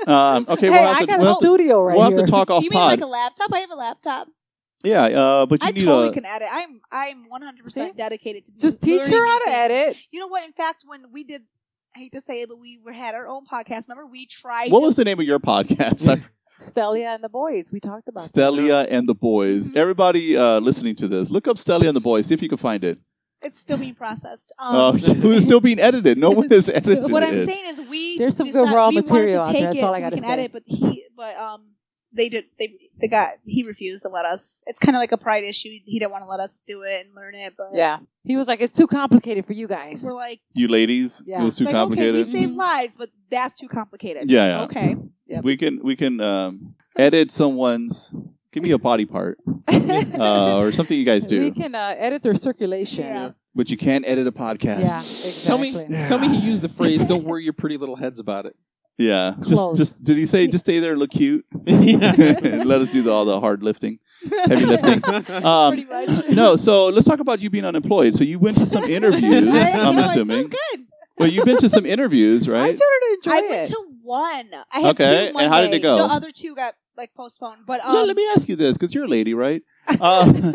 A: um, okay,
C: hey,
A: we'll have
C: I
A: to,
C: got
A: we'll
C: a
A: have to-
C: studio right
A: we'll have
C: here.
A: to talk off
B: (laughs) you mean
A: pod.
B: like a laptop? I have a laptop.
A: yeah, uh, but you
B: I
A: need
B: totally
A: a.
B: can edit. I'm I'm 100 percent
C: See?
B: dedicated to
C: Just teach
B: learning
C: her how
B: new
C: to
B: things.
C: edit.
B: You know what? In fact, when we did, I hate to say it, but we were, had our own podcast. Remember, we tried.
A: what
B: to-
A: was the name of your
B: (laughs)
A: podcast?
C: Stelia and the boys. We talked about
A: (laughs)
C: that.
A: Stelia and the Boys.
B: Mhm.
A: Everybody uh, listening to this, look up Stelia and the Boys. See if you can find it.
B: It's still being processed.
A: Oh, (laughs)
B: Um,
A: it was still being edited. No one (laughs) has edited
B: what I'm
A: it.
B: saying is, we
C: There's some
B: just
C: good
B: not-
C: raw
B: we wanted
C: material
B: to
C: out
B: take
C: there. That's
B: it
C: all
B: so
C: I
B: we
C: gotta
B: can
C: say.
B: edit, but he, but um, they did. They the guy he refused to let us. It's kind of like a pride issue. He didn't want to let us do it and learn it, but
C: Yeah. He was like, it's too complicated for you guys. (laughs)
B: we're like,
A: you ladies,
C: Yeah.
A: it was too
B: like okay, we
A: complicated.
B: save
C: Mm-hmm.
B: lives, but that's too complicated.
A: Yeah, yeah.
B: Okay.
C: Yep.
A: We can we can um, edit someone's. Give me a body part uh, or something you
B: (laughs)
A: guys
C: We
A: do,
C: can uh, edit their circulation.
B: Yeah.
A: but you can't edit a
C: Yeah,
A: podcast.
C: exactly.
D: Tell me,
A: Yeah.
D: tell me, he used the (laughs) phrase "Don't worry your pretty little heads about (laughs) it."
A: Yeah. Just
C: Close.
A: just did he say just stay there, look
B: (laughs)
A: cute, (laughs) let us do the, all the hard lifting, heavy
C: (laughs)
A: lifting.
B: Pretty
A: Um,
B: (laughs) much.
A: (coughs) no, so let's talk about you being unemployed. So you went to
B: (laughs)
A: some interviews.
B: I, you
A: I'm
B: know, it feels
A: assuming.
B: good.
A: Well, you've been to some interviews,
C: I
A: right?
C: told her to enjoy
B: I
C: it. (laughs)
B: went to one. I had
A: Okay,
B: two
A: and how did it
B: Monday.
A: go?
B: The other two got like postponed, but um,
A: no, let me ask you this, because you're a lady,
B: (laughs)
A: right? Um,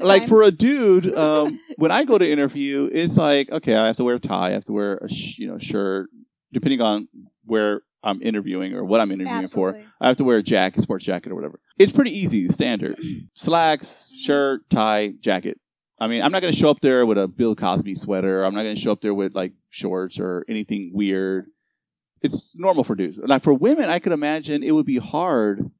A: like for a dude, um, when I go to interview, it's like okay, I have to wear a tie, I have to wear a sh- you know shirt, depending on where I'm interviewing or what I'm interviewing for.
B: Absolutely.
A: I have to wear a jacket, sports jacket or whatever. It's pretty easy, standard. Slacks, shirt, tie, jacket. I mean, I'm not going to show up there with a Bill Cosby sweater. I'm not going to show up there with like shorts or anything weird. It's normal for dudes. Like for women, I could imagine it would be hard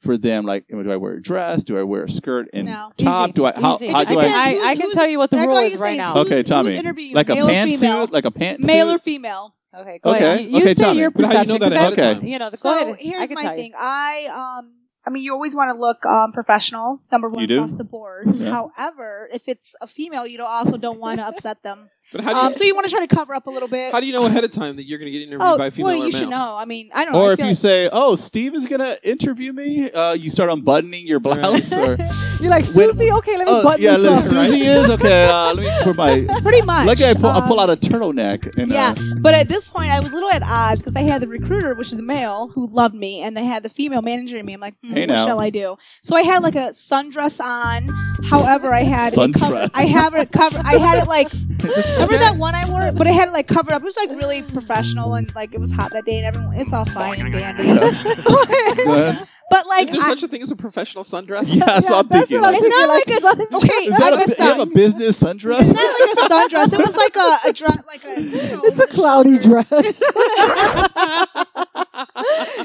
A: for them. Like, do I wear a dress? Do I wear a skirt and
B: No.
A: top?
C: Easy.
A: Do I? How,
C: Easy.
A: how do I?
B: Depends.
C: I, I can tell you what the
B: That
C: rule
B: girl
C: is
B: you
C: right
B: say
C: now.
B: who's-
A: Okay, Tommy.
B: Who's interviewing
A: Like a
B: male or female?
A: pantsuit? Like a pantsuit?
B: male or female?
C: Okay, go
A: Okay,
C: ahead. You, you
A: okay,
C: say
A: Tommy.
C: your
D: But how do
C: perception.
D: you know that
C: 'cause
D: ahead of
C: I-
D: time?
C: You know, go
B: so
C: ahead. and- I
B: here's
C: can
B: my
C: tell you.
B: thing. I um, I mean, you always want to look um professional. Number one
A: You do?
B: across the board.
A: Yeah.
B: However, if it's a female, you don't also don't want
C: (laughs)
B: to upset them.
D: (laughs) But how do you,
B: Um, so you want to try to cover up a little bit.
D: how do you know ahead of time that you're going to get interviewed
B: oh,
D: by a
B: well,
D: female or
B: you
D: male?
B: should know. I mean, I don't. know.
A: Or
B: I
A: if
B: feel
A: you
B: like-
A: say, "Oh, Steve is gonna interview me," uh, you start unbuttoning your blouse, (laughs) or
C: You're like,
A: When-
C: Susie, okay, let me
A: Oh,
C: button
A: yeah,
C: this
A: look,
C: up.
A: Susie is okay. Uh, let me put
B: (laughs)
A: my.
B: (laughs) pretty much.
A: Lucky I pull, I pull
B: um,
A: out a turtleneck. And,
B: Yeah,
A: (laughs) uh,
B: but at this point, I was a little at odds because I had the recruiter, which is male, who loved me, and they had the female managing me. I'm like, hmm,
A: Hey,
B: what
A: now.
B: shall I do? So I had like a sundress on. However, I had it
A: Sundress.
B: covered. I have it covered. I had
A: (laughs)
B: it like remember that one I wore, but I had it like covered up. It was like really professional and like it was hot that day, and everyone it's all fine and dandy.
A: yeah,
B: (laughs) but like,
D: Is there
B: I,
D: such a thing as a professional sundress? (laughs)
A: that's what I'm
C: that's
A: thinking.
C: what
A: Like,
B: it's not like a sun- okay.
A: is that
B: I
A: a,
B: messed
A: you have a
B: up.
A: business
B: It's
A: sundress?
B: not like a sundress. It was like a, a dress, like a. You know,
C: (laughs) It's
B: over the
C: a cloudy
B: shoulders.
C: dress.
B: (laughs)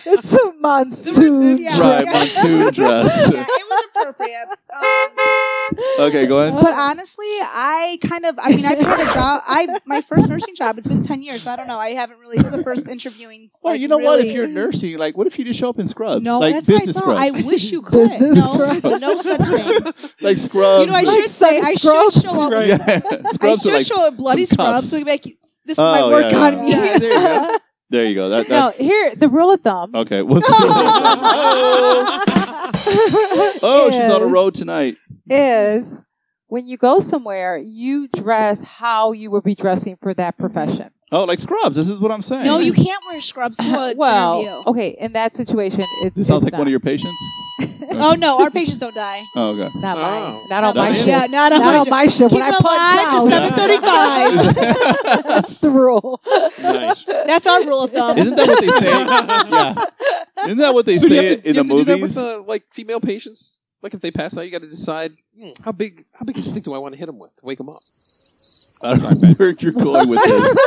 C: it's a monsoon
B: yeah.
A: Dry
C: dress.
B: Right.
A: monsoon
B: (laughs) yeah,
A: dress.
B: it was appropriate. Um,
A: Okay, go ahead.
B: But honestly, I kind of, I mean, I've had a job. I my first nursing job. It's been ten years, so I don't know. I haven't really. This is the first interviewing.
A: Well,
B: like,
A: you know what? If
B: really-
A: you're nursing, like, what if you just show up in scrubs,
B: no,
A: like
B: that's
A: business
B: what I thought. I
A: scrubs, (laughs)
B: wish you could.
C: Business
B: No,
C: scrubs.
B: no such thing.
A: like scrubs?
B: You know, I
A: Um, like-
B: should say I should
C: Scrubs.
B: show up.
A: (laughs)
D: Right.
A: yeah,
B: (laughs) I
A: scrubs
B: should
A: are like.
B: show up bloody
A: some
B: scrubs.
A: cuffs.
B: So like, this is
A: Oh,
B: my work
A: yeah,
B: on me.
A: yeah.
B: (laughs)
A: (laughs)
C: Yeah, there you go.
A: There you go. That,
C: No,
A: that's
C: here the rule of thumb.
A: okay. (laughs) What's
B: (laughs)
A: oh, (laughs)
C: (laughs)
A: oh, she's on a
C: Yes.
A: road tonight.
C: is when you go somewhere, you dress how you would be dressing for that profession.
A: Oh, like scrubs. This is what I'm saying.
B: No, you can't wear scrubs to a
C: (laughs) well,
B: interview.
C: okay, in that situation, it,
A: This sounds
C: it's
A: like
C: not,
A: one of your patients.
B: (laughs) Oh no, our patients don't die.
A: Oh, okay. (laughs)
C: not
D: Oh.
C: mine, not on my
A: mine.
C: ship,
B: Yeah, not on
C: not
B: my
C: on
B: ship.
C: my ship.
B: Keep
C: When
B: it
C: I punch
B: alive
C: out,
B: to 7:35.
C: (laughs) that's the rule.
D: nice.
B: That's our rule of thumb.
A: Isn't that what they say? yeah. Isn't that what they
D: So do you
A: say
D: have to,
A: in
D: do you
A: the
D: have to do that
A: movies?
D: with uh, like female patients. Like if they pass out, you got to decide hmm, how big how big a stick do I want to hit them with to wake them up.
A: I don't know where you're going with this.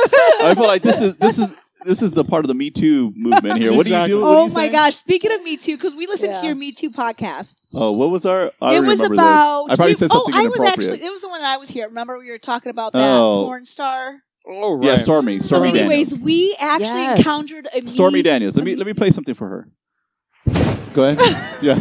A: I feel like this is this is this is the part of the Me Too movement here. What
D: Exactly.
A: do you do? What are
B: Oh
A: you
B: my
A: saying?
B: gosh! Speaking of Me Too, because we listened
C: Yeah.
B: to your Me Too podcast.
A: Oh, what was our? I
B: it
A: don't
B: was
A: remember
B: about.
A: This. I probably
B: we-
A: said something
B: oh, I was
A: inappropriate.
B: actually. It was the one that I was here. Remember, we were talking about that
A: Oh.
B: porn star.
D: Oh
A: yeah, Stormy.
B: So,
A: Stormy
B: anyways,
A: Daniels.
B: we actually
C: Yes.
B: encountered a Me-
A: Stormy Daniels. Let me let me play something for her. Go
B: (laughs)
A: ahead. Yeah.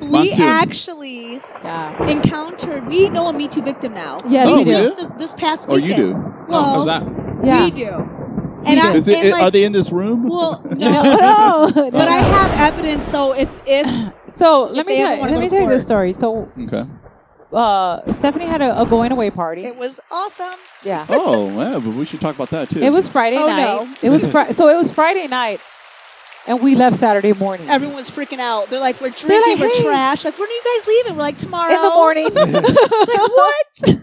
B: we
A: Monsoon.
B: actually
C: (laughs) Yeah.
B: encountered. We know a Me Too victim now.
C: Yes,
B: we
A: we do.
B: just This, this past
A: Or Oh, you
B: weekend.
A: do.
B: Well,
D: how's that?
C: Yeah.
B: we do. And I,
A: Is it,
B: and like,
A: are they in this room? (laughs)
B: well,
C: No,
B: no,
C: no.
B: (laughs) but I have evidence. So if if
C: (laughs) So
B: If
C: let
B: they
C: me
B: ever
C: tell,
B: wanna
C: let
B: go
C: me
B: to
C: tell you
B: court.
C: this story. So
A: okay.
C: uh, Stephanie had a, a going away party.
B: it was awesome.
C: Yeah.
A: Oh, yeah, but we should talk about that too.
C: It was Friday
B: Oh,
C: night.
B: no.
C: It was fri- so it was Friday night, and we left Saturday morning. (laughs)
B: Everyone (laughs) was freaking out. They're like, we're
C: They're
B: drinking,
C: like,
B: we're
C: hey.
B: trash. Like, when are you guys leaving? We're like, tomorrow.
C: in the
B: (laughs)
C: morning. (laughs)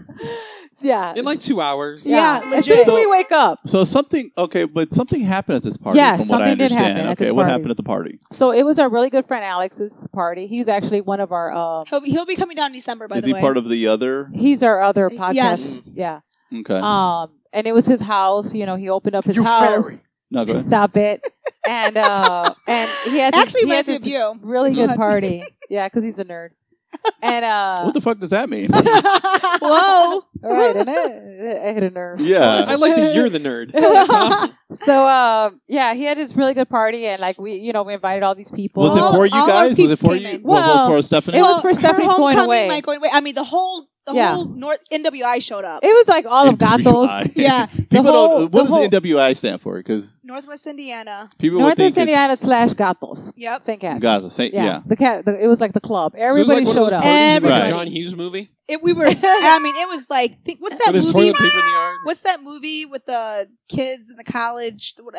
B: Like, what?
C: yeah.
D: In like two hours.
B: Yeah,
C: As soon as
A: legit.
C: we wake up.
A: so something okay, but something happened at this party.
C: Yeah,
A: from what I
C: something did
A: understand.
C: happen at
A: okay,
C: this
A: what
C: party.
A: happened at the party?
C: So it was our really good friend Alex's party. He's actually one of our. Um,
B: He'll be, he'll be coming down in December, by
A: Is
B: the
A: he
B: way. uh,
A: part of the other?
C: he's our other podcast.
B: Yes.
C: Yeah.
A: Okay.
C: Um, and it was his house. You know, he opened up his house.
A: no, go ahead.
C: Stop it. And uh, and he had
B: Actually,
C: he had
B: reminds me
C: this
B: of
C: (laughs)
B: you.
C: really
B: Go
C: good
B: ahead.
C: (laughs) party. Yeah, because he's a (laughs) nerd. And uh,
A: What the fuck does that
B: (laughs)
A: mean?
B: Whoa.
C: all right, and I, I hit a nerve.
D: I
A: yeah.
D: like that you're
C: (laughs)
D: the nerd. That's awesome.
C: So uh, yeah, he had this really good party, and like we, you know, we invited all these people.
A: Was
B: All-
A: it for you
B: all our
A: guys? Was it
B: peeps
A: for
B: came
A: you?
B: in.
A: well,
C: Well,
A: for Stephanie.
C: it was
B: Well,
C: for
B: her
C: Stephanie's going
B: homecoming,
C: away.
B: my going away. I mean, the whole, the
C: Yeah.
B: whole North NWI showed up.
C: It was
A: (laughs)
C: like all of
A: NWI.
C: Gatos.
A: (laughs)
B: yeah,
A: People
C: whole-
A: don't.
C: the
A: What does
C: whole-
A: NWI stand for? Because
B: Northwest Indiana.
A: people would think
C: Northwest
A: it's
C: Indiana slash Gatos.
B: Yep.
C: St. Cat's.
A: Gaza. Saint,
C: Yeah.
A: yeah.
C: The cat. The, it was like the club.
D: So it was
C: Everybody
D: like one of
C: showed
D: those
C: up.
D: parties in, like,
A: Everybody.
D: a John Hughes movie.
B: It, we were. I mean, it was like, think, what's that
D: Where there's
B: movie?
D: toilet paper in the yard.
B: What's that movie with the kids in the college?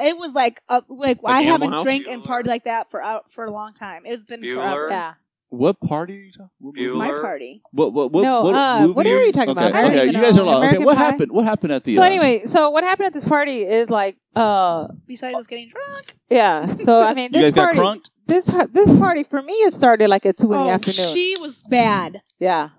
B: It was like, uh, like,
D: Like
B: I
D: Animal
B: haven't
D: House?
B: drank and
E: Bueller.
B: partied like that for out for a long time. It's been forever.
C: (laughs)
E: Bueller?
C: Yeah.
A: What party? Are you talking? What movie?
E: Bueller.
B: My party.
A: What? What? What?
C: No,
A: what
C: uh,
A: movie
C: what are you talking
A: okay.
C: about? I don't
A: Okay,
C: even
A: you guys
C: know.
A: are lost. Okay,
C: American
A: what
C: Pie?
A: happened? What happened at the?
C: So
A: uh,
C: anyway, so what happened at this party is like, uh,
B: Besides us getting drunk.
C: yeah. So I mean,
A: you
C: this
A: guys
C: party,
A: got crunked.
C: this this party for me, it started like at two in the afternoon.
B: Oh, she was bad.
C: yeah.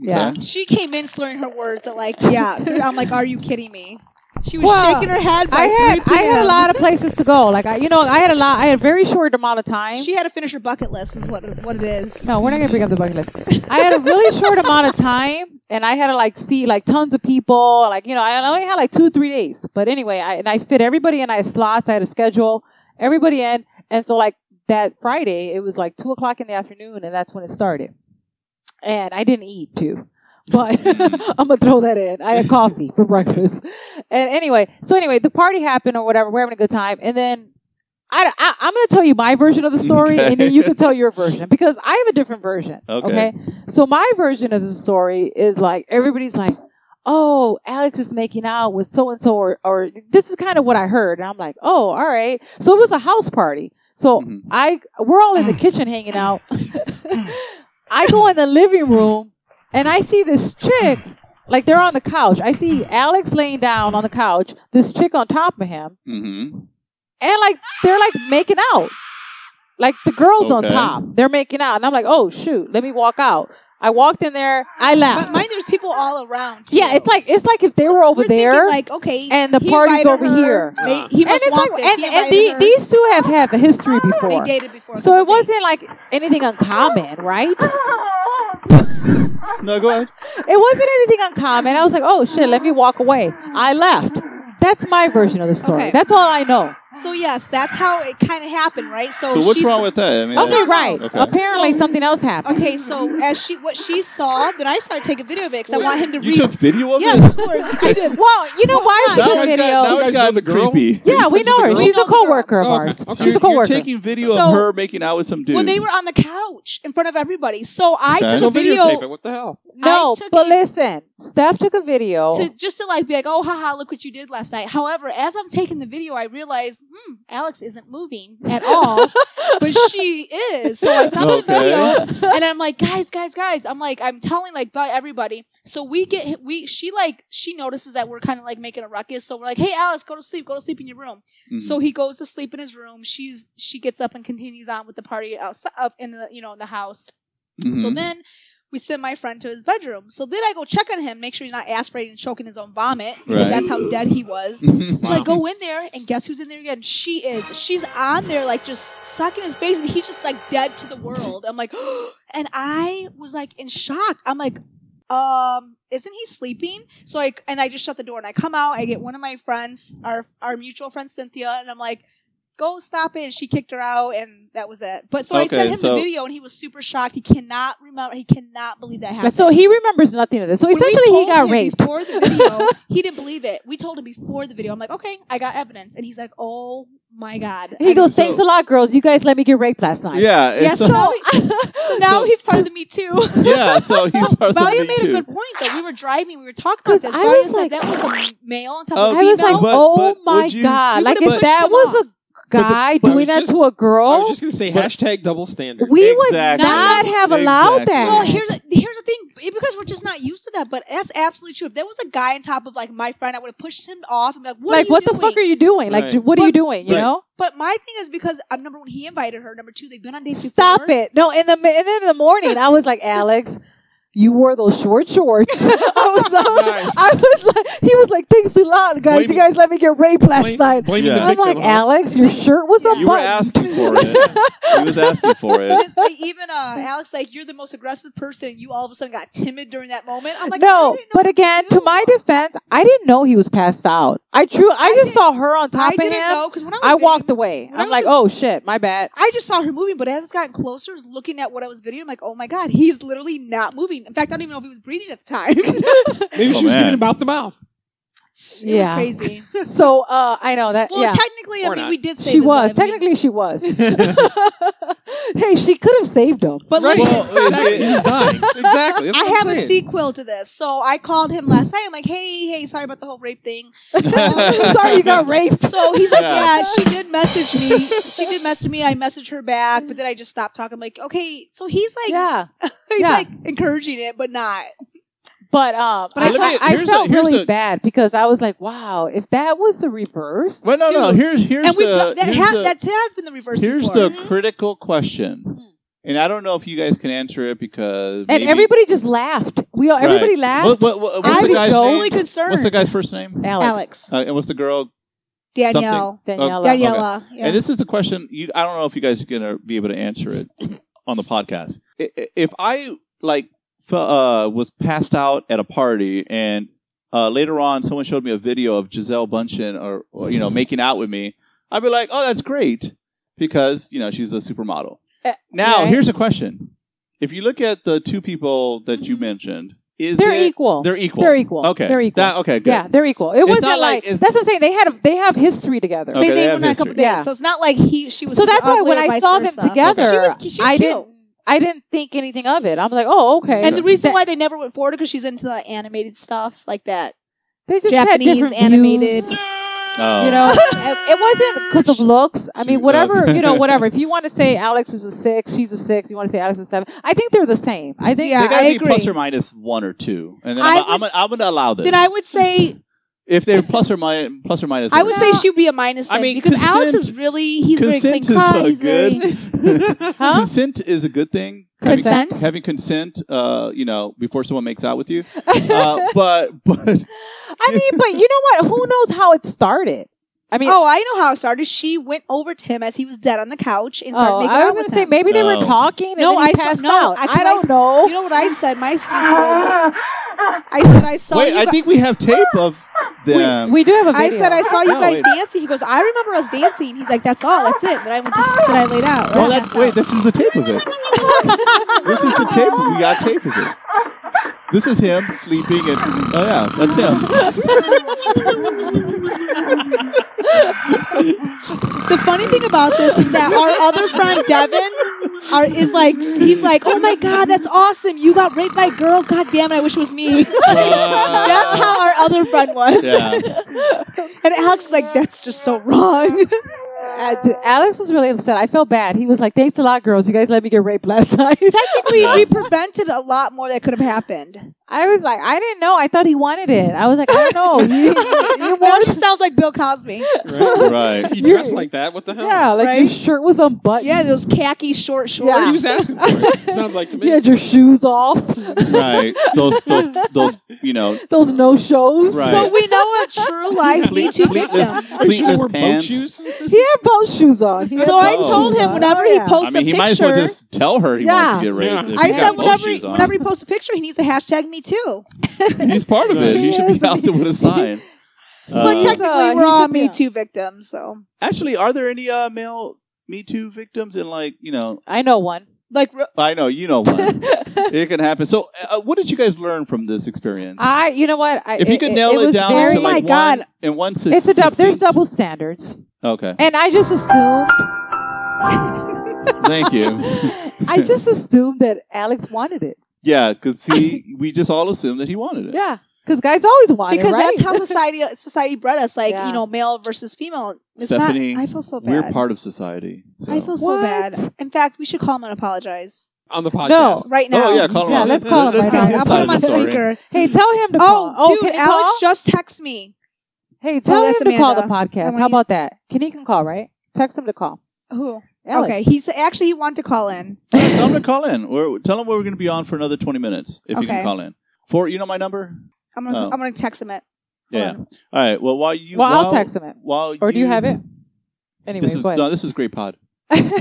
C: Yeah.
A: Okay.
B: She came in slurring her words at
C: (laughs)
B: like, yeah. (laughs) I'm like, are you kidding me? She was
C: Well,
B: shaking her head. By
C: I had
B: 3
C: I had a
B: p.m..
C: lot of places to go. Like I, you know, I had a lot. I had a very short amount of time.
B: She had to finish her bucket list, is what what it is.
C: No, we're not gonna bring up the bucket list. I had a really short amount of time, and I had to like see like tons of people. Like you know, I only had like two, three days. But anyway, I and I fit everybody in. I had slots. I had a schedule. Everybody in, and so like that Friday, it was like two o'clock in the afternoon, and that's when it started. And I didn't eat too, but (laughs) I'm gonna throw that in. I had coffee for breakfast, and anyway, so anyway, the party happened or whatever. We're having a good time, and then I, am going to tell you my version of the story,
A: Okay.
C: and then you can tell your version because I have a different version.
A: Okay.
C: So my version of the story is like everybody's like, "Oh, Alex is making out with so and so," or or this is kind of what I heard, and I'm like, "Oh, all right." So it was a house party. So
A: Mhm.
C: I we're all in the kitchen hanging out. I go in the living room and I see this chick like they're on the couch. I see Alex laying down on the couch, this chick on top of him
A: Mm-hmm.
C: and like they're like making out. Like the girls on
A: Okay.
C: top, they're making out, and I'm like, oh shoot, let me walk out. I walked in there, I left.
B: But mind, there's people all around. too.
C: yeah, it's like it's like if they were over
B: We're thinking,
C: there,
B: like, okay,
C: and the
B: he
C: party's
B: invited
C: over
B: her.
C: here.
B: They, he
C: and
B: must
C: it's like,
B: want this.
C: and,
B: He
C: and
B: invited
C: the,
B: her.
C: these two have had a history
B: (laughs) they
C: before,
B: dated before. a
C: so it
B: couple dates. (laughs)
C: wasn't like anything uncommon, right?
A: No, go ahead.
C: It wasn't anything uncommon. I was like, oh shit, let me walk away. I left. That's my version of the story.
B: Okay.
C: That's all I know.
B: So yes, that's how it kind of happened, right? So,
A: So what's
B: she
A: wrong
B: saw-
A: with that? I mean,
C: Okay,
A: like,
C: right.
A: Okay.
C: Apparently
B: So-
C: something else happened.
B: Okay, so as she what she saw, then I started taking video of it because I
A: Wait,
B: want him to
A: You
B: read.
A: took video of
B: yes,
A: it.
B: of course, I did.
C: Well, you know why I
A: Now
C: took
A: it's
C: video.
A: Got, now
D: You
A: it's
D: guys
A: gotten
D: know the girl?
A: creepy.
C: yeah, we know her.
B: girl?
C: She's
B: We
C: a
B: know the girl.
C: coworker of
D: Okay,
C: ours. She's
D: okay.
C: a
A: Oh, You're- You're
C: coworker.
A: taking video
B: So-
A: of her making out with some (laughs) dude.
B: Well, they were on the couch in front of everybody, so I
A: Okay.
B: took
D: So
B: a video
D: videotape it. What the hell?
C: no,
B: I took
C: but
B: a-
C: listen, Steph took a video.
B: to just to like be like, oh, haha, look what you did last night. However, as I'm taking the video, I realize hmm, Alex isn't moving
C: (laughs)
B: at all, but she is. So I stop the video
A: okay. Mm-hmm.
B: and I'm like, guys, guys, guys. I'm like, I'm telling like about everybody. So we get we she like she notices that we're kind of like making a ruckus. So we're like, hey, Alex, go to sleep, go to sleep in your room.
A: Mhm.
B: So he goes to sleep in his room. She's she gets up and continues on with the party outside up in the you know in the house. So
A: Mhm.
B: then we send my friend to his bedroom. So then I go check on him, make sure he's not aspirating and choking his own vomit. 'cause
A: Right.
B: That's how dead he was.
A: Mhm.
B: So I go in there, and guess who's in there again? She is. She's on there, like just sucking his face, and he's just like dead to the world. I'm like, (gasps) and I was like in shock. I'm like, um, isn't he sleeping? So I and I just shut the door, and I come out. I get one of my friends, our our mutual friend Cynthia, and I'm like. Go stop it! And she kicked her out, and that was it. But so I
A: Okay,
B: sent him
A: so-
B: the video, and he was super shocked. He cannot remember. He cannot believe that happened.
C: But so he remembers nothing of (laughs) this. So
B: When we
C: essentially, he
B: told
C: got
B: him
C: raped.
B: Before the video, he didn't believe it. We told him before the video. I'm like, okay, I got evidence, and he's like, oh my god.
C: He
B: I
C: goes,
B: go,
C: "Thanks a lot, girls. You guys let me get raped last
A: (laughs)
C: night."
A: Yeah. and
B: Yeah,
A: (laughs)
B: so,
C: (laughs)
A: So,
B: so now
A: so-
B: he's part of the Me Too.
A: yeah. So he's part of the
B: (laughs) Valia
A: Me
B: made
A: Too.
B: a good point though. We were driving, we were talking about
C: 'Cause
B: this.
C: I
B: Valia
C: was
B: said
C: like-
B: that was a male on top
A: Oh,
B: of a
C: I was
B: female.
C: like,
A: But-
C: "Oh
A: but
C: my
A: would you-
C: god!"
B: you
C: Like
A: would've
C: if
A: pushed
C: that
B: him
C: was
B: off.
C: a
A: the-
C: guy
D: but I
C: doing
D: was
C: that
D: just-
C: to a
D: I
C: girl,
D: was just gonna say
A: But-
D: hashtag double standard.
C: we
A: Exactly.
C: would not have allowed
A: Exactly.
C: that.
B: well, here's here's the thing, because we're just not used to that. But that's absolutely true. If there was a guy on top of like my friend, I would have pushed him off and be like, "What?
C: like
B: are you
C: what the
B: doing?
C: fuck are you doing? Like
D: Right.
C: d- what are you
B: But-
C: doing? You
D: Right.
C: know?
B: But my thing is because uh, number one, he invited her. Number two, they've been on dates before.
C: Stop it! No, in the mi- and then in the morning, I was like, Alex. You wore those short shorts. (laughs) I was, I was,
D: Nice.
C: I was like, he was like, thanks a lot, guys.
D: Blame-
C: you guys let me get raped last
D: Blame-
C: night.
D: blaming
A: Yeah.
D: the
C: I'm
D: victim,
C: like,
D: huh?
C: Alex, your shirt was a
A: You were
C: button.
A: asking for
B: (laughs)
A: it. He was asking for it.
B: And, like, even uh, Alex, like you're the most aggressive person, and you all of a sudden got timid during that moment. I'm like,
C: no,
B: I didn't know
C: but again, to my defense, I didn't know he was passed out. I true, I,
B: I
C: just
B: didn't-
C: saw her on
B: I
C: top of him.
B: didn't know because when I, was
C: I
B: videoing-
C: walked away.
B: when I
C: I'm
B: was
C: like,
B: just-
C: oh shit, my bad.
B: (laughs) I just saw her moving, but as it's gotten closer, I was looking at what I was videoing. I'm like, oh my god, he's literally not moving. In fact, I don't even know if he was breathing at the time. (laughs) it
D: Maybe
A: Oh,
D: she was
A: man.
D: giving it mouth
C: (laughs)
D: to mouth.
C: Yeah.
B: was
C: (laughs)
B: crazy.
C: So uh, I know that.
B: Well,
C: yeah,
B: technically, I
D: Or
B: mean,
D: not.
B: we did. Save
C: she
B: his
C: was.
B: life. I mean-
C: Technically,
B: (laughs)
C: she was. hey, she could have saved
B: (laughs)
C: him.
B: but
D: Right.
B: listen,
A: Well, it-
D: Exactly.
A: it-
D: He was dying. Exactly. That's
B: I
D: what I'm
B: have a
D: saying.
B: sequel to this, so I called him last night. I'm like, hey, hey, sorry about the whole rape thing.
A: (laughs)
C: Sorry, you got raped.
B: So he's like,
A: Yeah.
B: yeah. she did message me. She did message me. I messaged her back, but then I just stopped talking. I'm like, okay, so he's like,
C: yeah,
B: he's
C: yeah.
B: like encouraging it, but not.
C: but um,
B: But
C: I,
A: let me-
C: I- I
A: here's the-
C: felt
A: here's
C: really
A: the-
C: bad because I was like, wow, if that was the reverse,
A: Well, no, no.
B: Dude.
A: Here's here's
B: and we've
A: the
B: that,
A: here's
B: ha-
A: the-
B: that has been the reverse.
A: Here's
B: before.
A: the critical question, and I don't know if you guys can answer it because
C: Hmm. and
A: maybe-
C: everybody just laughed. We all,
A: Right.
C: everybody laughed.
A: What, what, what- what's
B: I'm
A: the guy's
B: totally
A: name?
B: concerned.
A: What's the guy's first name?
C: Alex,
B: Alex,
A: Uh, and what's the girl?
B: Danielle,
C: Daniela.
A: Daniela.
B: Daniela. Yeah.
A: And this is the question. You, I don't know if you guys are gonna be able to answer it on the podcast. I- i- If I like f- uh, was passed out at a party, and uh, later on someone showed me a video of Giselle Bundchen or, or you know making out with me, I'd be like, oh, that's great because you know she's a supermodel.
C: Uh,
A: now
C: right.
A: here's a question: If you look at the two people that you
B: Mhm.
A: mentioned, is
C: They're
A: it-
C: equal.
A: They're equal.
C: They're equal.
A: Okay.
C: They're equal.
A: That- okay. Good.
C: Yeah, they're equal. It wasn't
A: not like-
C: like,
A: it's-
C: that's what I'm saying. They had a, they have history together.
A: Okay,
B: Same
A: they
B: name
A: have
B: went on a couple
A: history.
B: days,
C: Yeah.
B: so it's not like he she was.
C: So that's why
B: ugly
C: when
B: or
C: I
B: vice
C: saw them
B: versa.
C: together,
B: she was, she was
C: I
B: cute.
C: didn't I didn't think anything of it. I'm like, oh okay.
B: And the
A: Okay.
B: reason
C: That-
B: why they never went forward because she's into like, animated stuff like that.
C: they just had
B: Japanese
C: different
B: animated.
C: views,
A: Oh.
C: you know, (laughs) it, it wasn't because of looks. I mean,
A: She-
C: whatever
A: uh,
C: you know, whatever. If you want
A: (laughs)
C: to say Alex is a six, she's a six. You want to say Alex is a seven. I think they're the same. I think
B: Yeah,
A: they gotta
B: I
A: be plus
B: agree.
A: or minus one or two, and then
B: I
A: I'm,
B: would
A: I'm,
B: s-
A: I'm gonna allow this.
B: Then I would say
A: if they're plus or minus, plus or minus.
B: I would
A: one.
B: say she would be a minus
A: I
B: then
A: mean,
B: because Alex
A: consent-
B: is really he's very clean
A: consent is
B: cut.
A: so
B: he's very-
A: (laughs) good.
C: Huh?
A: Consent is a good thing. Having-
B: Consent?
A: having consent, uh, you know, before someone makes out with you.
B: (laughs)
A: Uh, but but
C: I mean, but you know what? Who knows how it started? I (laughs) mean,
B: oh, I know how it started. She went over to him as he was dead on the couch and started
C: oh,
B: making
C: I was
B: out
C: gonna
B: with
C: say
B: him.
C: maybe they were
A: No.
C: talking and
B: No,
C: then he
B: I saw-
C: passed
B: no,
C: out.
B: I- 'cause
C: I
B: I
C: don't
B: s-
C: know.
B: You know what I said? My excuse was
C: (laughs)
B: I said I saw
A: Wait,
B: you.
A: I
B: gu-
A: think we have tape
B: (laughs)
A: of them.
C: we do have a
B: I
C: video.
B: said I saw you
A: No,
B: guys
A: wait.
B: dancing. He goes, I remember us dancing. He's like, that's all. That's it. Then I went to sleep and I laid out.
A: oh, that's wait. This is the tape of
B: (laughs)
A: it. this is the tape. We got tape of it. This is him sleeping, and oh yeah, that's
B: (laughs)
A: him.
B: The funny thing about this is that our other friend Devin are, is like, he's like, oh my god, that's awesome. You got raped by a girl. God damn it, I wish it was me. (laughs)
A: Uh,
B: that's how our other friend was.
A: Yeah.
B: (laughs) And Alex is like, that's just so wrong.
C: (laughs) Uh, dude, Alex was really upset. I felt bad. He was like, "Thanks a lot, girls. You guys let me get raped last (laughs)
B: (laughs)
C: night."
B: Technically, we prevented a lot more that could have happened.
C: I was like, I didn't know. I thought he wanted it. I was like, I don't (laughs) know. You, you
B: That
C: wanted,
B: just (laughs) sounds like Bill Cosby.
D: Right?
A: Right.
D: If you dress like that, what the
C: (laughs)
D: hell?
C: yeah, like your
B: Right?
C: shirt was
B: (laughs)
C: unbuttoned.
B: Yeah, those khaki short shorts.
C: Yeah.
D: He was asking for
C: (laughs)
D: it. Sounds like to me.
C: you had your shoes off. (laughs)
A: Right. Those those those you know
C: Those no shows.
A: Right.
B: So we know a true life Me
A: pleat,
B: Too
A: pleatless
B: victim.
D: Are you sure you
A: pleatless
D: wore boat
A: pants.
D: shoes?
C: He had both shoes on. He had
B: So I
A: Oh.
C: both
B: told
C: shoes
B: him
C: on.
B: whenever
C: Oh,
B: he
C: yeah.
B: posts
A: I mean,
B: a
A: he
B: picture,
A: might as well just tell her he
C: Yeah.
A: wants to get raped.
D: Yeah.
A: if
D: I
B: I
A: he's
B: said
A: got boat
B: whenever
A: shoes on.
B: whenever he posts a picture, he needs to hashtag me too.
A: He's part of it. He
C: He
A: should
C: is.
A: be out there with a sign.
B: but
A: Uh,
B: technically,
C: uh,
B: we're
C: he
B: all
C: should be
B: me
C: out.
B: too victims. So
A: actually, are there any uh, male Me Too victims? And like, you know,
C: I know one.
B: like re-
A: I know you know one. it can happen. So, uh, what did you guys learn from this experience?
C: I, you know what? I,
A: if you
C: it-
A: could
C: it-
A: nail
C: it,
A: it,
C: was
A: down
C: very,
A: to
B: my
A: like
B: God.
A: one and one, suc-
C: it's a double. There's
A: succinct-
C: double standards,
A: Okay,
C: and I just
A: (laughs)
C: assumed.
A: thank
C: (laughs)
A: you.
C: I just assumed that Alex wanted it.
A: yeah, because he, we just all assumed that he wanted it.
C: Yeah, because guys always want
B: because
C: it, right?
B: that's how
C: (laughs)
B: society society bred us. Like
C: Yeah.
B: you know, male versus female. It's
A: Stephanie,
B: not. I feel so bad.
A: We're part of society. So.
B: I feel so
C: What?
B: bad. In fact, we should call him and apologize
D: On the podcast.
C: No.
B: right now.
A: Oh yeah, call him.
C: Yeah,
A: out.
C: let's call him
A: Let's get
C: right now.
A: his
B: I'll
A: side
B: put
A: of
B: him
A: the
B: on
A: story.
B: speaker.
C: hey, tell him to
B: Oh,
C: call.
B: dude,
C: can he
B: Alex
C: call?
B: just text me.
C: Hey, tell him
B: that's
C: to call the
B: Amanda. I
C: podcast.
B: want
C: How
B: you-
C: about that? Can he can call, right? Text him to call.
B: Who?
C: Alex.
B: Okay, he's actually he wanted to call in.
A: Tell him to call in. We're, tell him we're going to be on for another 20 minutes if you can
B: Okay.
A: call in. For you know my number?
B: I'm gonna
A: Oh.
B: I'm gonna text him it. Hold
A: Yeah. All right. Well, while you
C: well,
A: while,
C: I'll text him it.
A: While
C: Or do you have it? Anyways,
A: Mm. This is,
C: what? (laughs)
A: no, this is great pod. Uh, no, (laughs) go.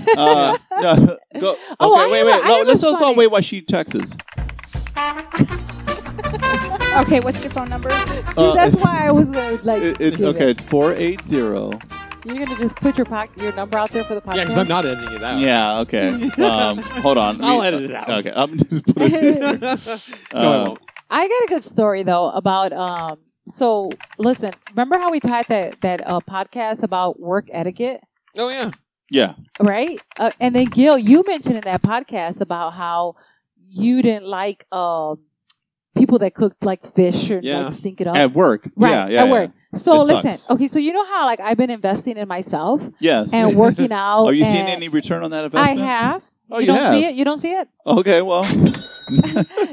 C: Oh, I
A: okay, wait,
C: have
A: wait.
C: a- I
A: No,
C: have a
A: let's let's all
C: funny-
A: wait while she texts
C: (laughs)
A: us.
B: Okay, what's your phone (laughs) number?
A: Uh,
C: See, that's why I was uh, like,
A: It, it's
C: give
A: okay.
C: it.
A: It's four eight zero.
C: You're gonna just put your poc- your number out there for the podcast.
D: Yeah, because I'm not editing it out.
A: Yeah. Okay. Um, hold on.
D: Oh. (laughs) I'll
A: We-
D: edit it out.
A: Okay. I'm just (laughs)
C: (laughs)
A: putting it.
D: (laughs) no, I
A: Uh,
D: won't.
C: I got a good story though about um. So listen, remember how we taught that that uh, podcast about work etiquette,
D: Oh, yeah.
A: yeah.
C: right? Uh, and then Gil, you mentioned in that podcast about how you didn't like um people that cooked like fish or
D: Yeah.
C: like stink it up.
A: At work.
C: Right,
A: Yeah. Yeah.
C: at
A: yeah.
C: work. So
A: It
C: listen,
A: sucks.
C: okay, so you know how like I've been investing in
A: (laughs)
C: myself
A: Yes.
C: and working out.
A: Are you
C: and
A: seeing any return on that
C: I
A: investment?
C: have.
A: Oh,
C: you,
A: you
C: don't
A: have.
C: see it. You don't see it. (laughs)
A: Okay. Well.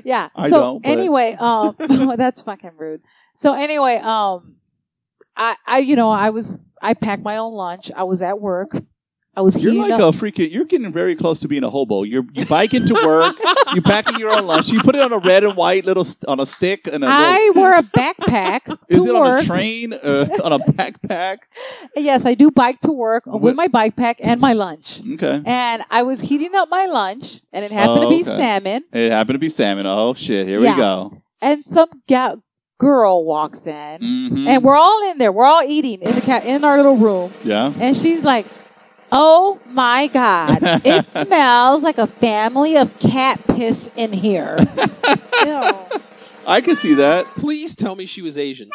C: Yeah.
A: I
C: so
A: don't, but-
C: anyway,
A: (laughs)
C: um, (laughs) well, that's fucking rude. So anyway, um, I, I, you know, I was, I packed my own lunch. I was at work. I was
A: You're
C: heating
A: like
C: up.
A: a freaking. You're getting very close to being a hobo. You're
C: (laughs)
A: you bike into work. you pack in your own lunch. You put it on a red and white little st- on a stick and a. little,
C: I
A: (laughs)
C: wore a backpack to
A: is it on
C: work.
A: a train? Uh, on a backpack?
C: yes, I do bike to work
A: What-
C: with my backpack and my lunch.
A: Okay.
C: And I was heating up my lunch, and it happened
A: Oh,
C: to be
A: okay.
C: salmon.
A: It happened to be salmon. Oh shit! Here
C: Yeah.
A: we go.
C: And some ga- girl walks in,
A: hmm
C: and we're all in there. We're all eating in the ca- in our little room.
A: yeah.
C: And she's like, Oh my God,
A: (laughs)
C: it smells like a family of cat piss
A: (laughs)
C: in here.
B: Ew.
A: I can see that.
D: Please tell me she was Asian.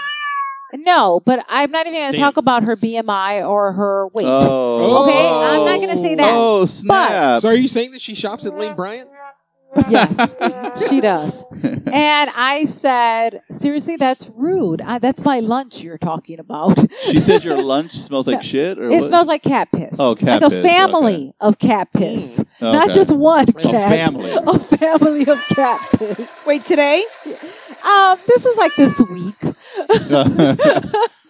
C: No, but I'm not even going to
D: Damn.
C: talk about her BMI or her weight.
A: Oh.
C: Okay, I'm not gonna say that.
A: Oh snap!
D: So are you saying that she shops at Lane Bryant?
C: Yes, she does. And I said, Seriously, that's rude. I, that's my lunch you're talking about.
A: (laughs) she said
C: (laughs)
A: your lunch smells like shit. Or
C: It
A: what?
C: smells like cat piss.
A: Oh, cat
C: Like a
A: piss,
C: family of cat piss.
D: Mm.
A: Okay.
C: Not just one
A: a
C: cat.
A: family.
C: A family of cat piss.
B: Wait, today?
C: Um, this was like this week.
A: (laughs)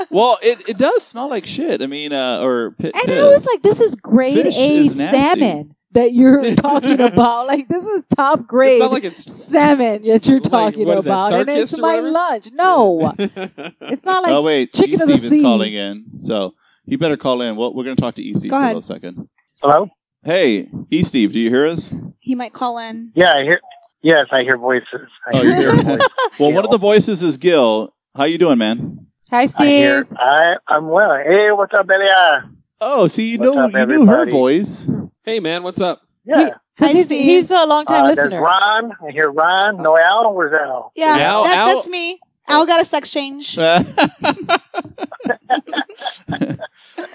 A: well, it, it does smell like shit. I mean, uh, or pit,
C: And
A: piss.
C: I was like, this is grade
A: Fish
C: A
A: is nasty.
C: salmon that you're talking about. Like, this is top
D: It's
C: grade
D: not
C: (laughs)
D: like it's.
C: salmon that you're
D: Like,
C: talking
D: what is that,
C: about. and
D: Starkist
C: it's
D: or
C: my
D: whatever?
C: lunch. No. it's not like
A: (laughs) oh wait,
C: chicken
A: G.
C: of the
A: Steve is
C: sea.
A: calling in. So He better call in. Well, we're going to talk to E Steve
B: Go
A: for
B: ahead.
A: a second.
E: Hello?
A: Hey, E Steve, do you hear
C: (laughs)
A: us?
B: He might call in.
E: Yeah, I hear. Yes, I hear voices. I
A: Oh,
E: hear
A: you hear
E: your
A: it.
E: voice.
A: Well, one of the voices is Gil. How you doing, man?
C: Hi,
E: I
C: Steve.
E: hear. I, I'm well. Hey, what's up, Elia?
A: Oh, see, you
E: What's
A: know,
E: up,
A: you knew her
E: everybody?
A: voice.
D: (laughs)
A: (laughs)
D: Hey, man, what's up?
E: Yeah.
C: Because
B: Hi,
C: he's,
B: Steve.
C: he's a long-time
E: Uh, there's
C: listener.
E: Ron. I hear Ron. Noel. Where's Al?
B: Yeah,
D: Al-
B: that,
D: Al-
B: that's me. Al got a sex change.
A: um, no,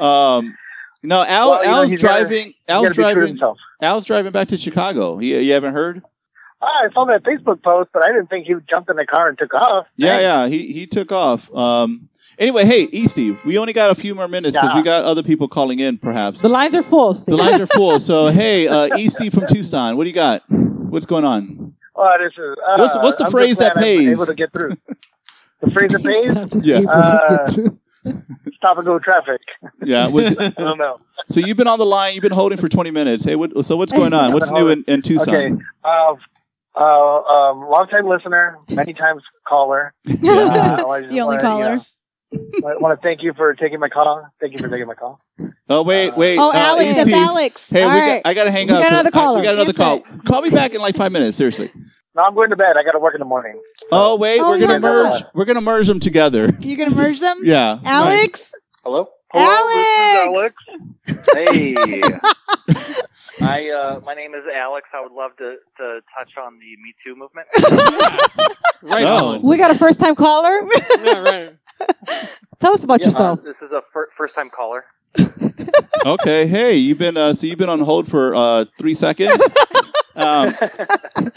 A: Al.
E: Well, you know,
A: Al's
E: he's gotta-
A: driving.
E: He
A: Al's
E: gotta be true to
A: driving.
E: himself.
A: Al's driving back to Chicago. You, you haven't heard?
E: Ah, I saw that Facebook post, but I didn't think he jumped in the car and took off.
A: Yeah, yeah. He he took off. Um. Anyway, hey, E Steve, we only got a few more minutes because
E: Yeah.
A: we got other people calling in, perhaps.
C: The lines are full,
A: The
C: Steve.
E: (laughs)
A: lines are full.
C: (laughs)
A: So hey, uh, E Steve from Tucson, what do you got? What's going on?
E: Oh, this is. Uh,
A: What's- what's the
E: I'm just
A: phrase
E: glad
A: that
E: I was
A: pays?
E: Able to
A: (laughs)
E: get through. The phrase that
C: (laughs)
E: pays.
C: I'm just
A: Yeah.
C: able to get
E: Uh,
C: through.
E: Stop and go traffic.
A: Yeah. What,
E: I don't know.
A: so you've been on the line. You've been holding for 20 minutes. Hey, what, so what's going
E: (laughs)
A: on? What's new in, in Tucson?
E: Okay. Uh, uh, um, long time listener, many times caller. (laughs) Uh, I just
B: The only
E: wanna, you know, I want to thank you for taking my call. Thank you for taking my call.
A: Oh wait, wait.
B: oh,
A: uh,
B: Alex,
A: E
B: that's
A: Steve.
B: Alex.
A: Hey,
C: All
A: we
C: right.
A: got, I gotta hang
C: We
A: up.
C: got another
A: I-
C: caller.
A: we got another
C: Answer
A: call. Call me back in like five minutes, seriously.
E: No, I'm going to bed. I got to work in the morning.
A: Oh wait,
B: Oh
A: we're gonna
B: my
A: merge.
E: God.
A: We're gonna merge them together. (laughs)
B: You gonna merge them?
A: Yeah.
B: Alex,
F: Hello?
B: Alex.
F: Hey. (laughs) I uh, my name is Alex. I would love to, to touch on the Me Too movement.
D: (laughs) Right
A: No.
C: (laughs)
D: on.
C: we got a first-time caller.
D: yeah, right.
C: Tell us about
F: Yeah, uh,
C: yourself.
F: this is a fir- first time caller.
A: Okay. Hey, you've been uh, so you've been on hold for uh, three seconds. um,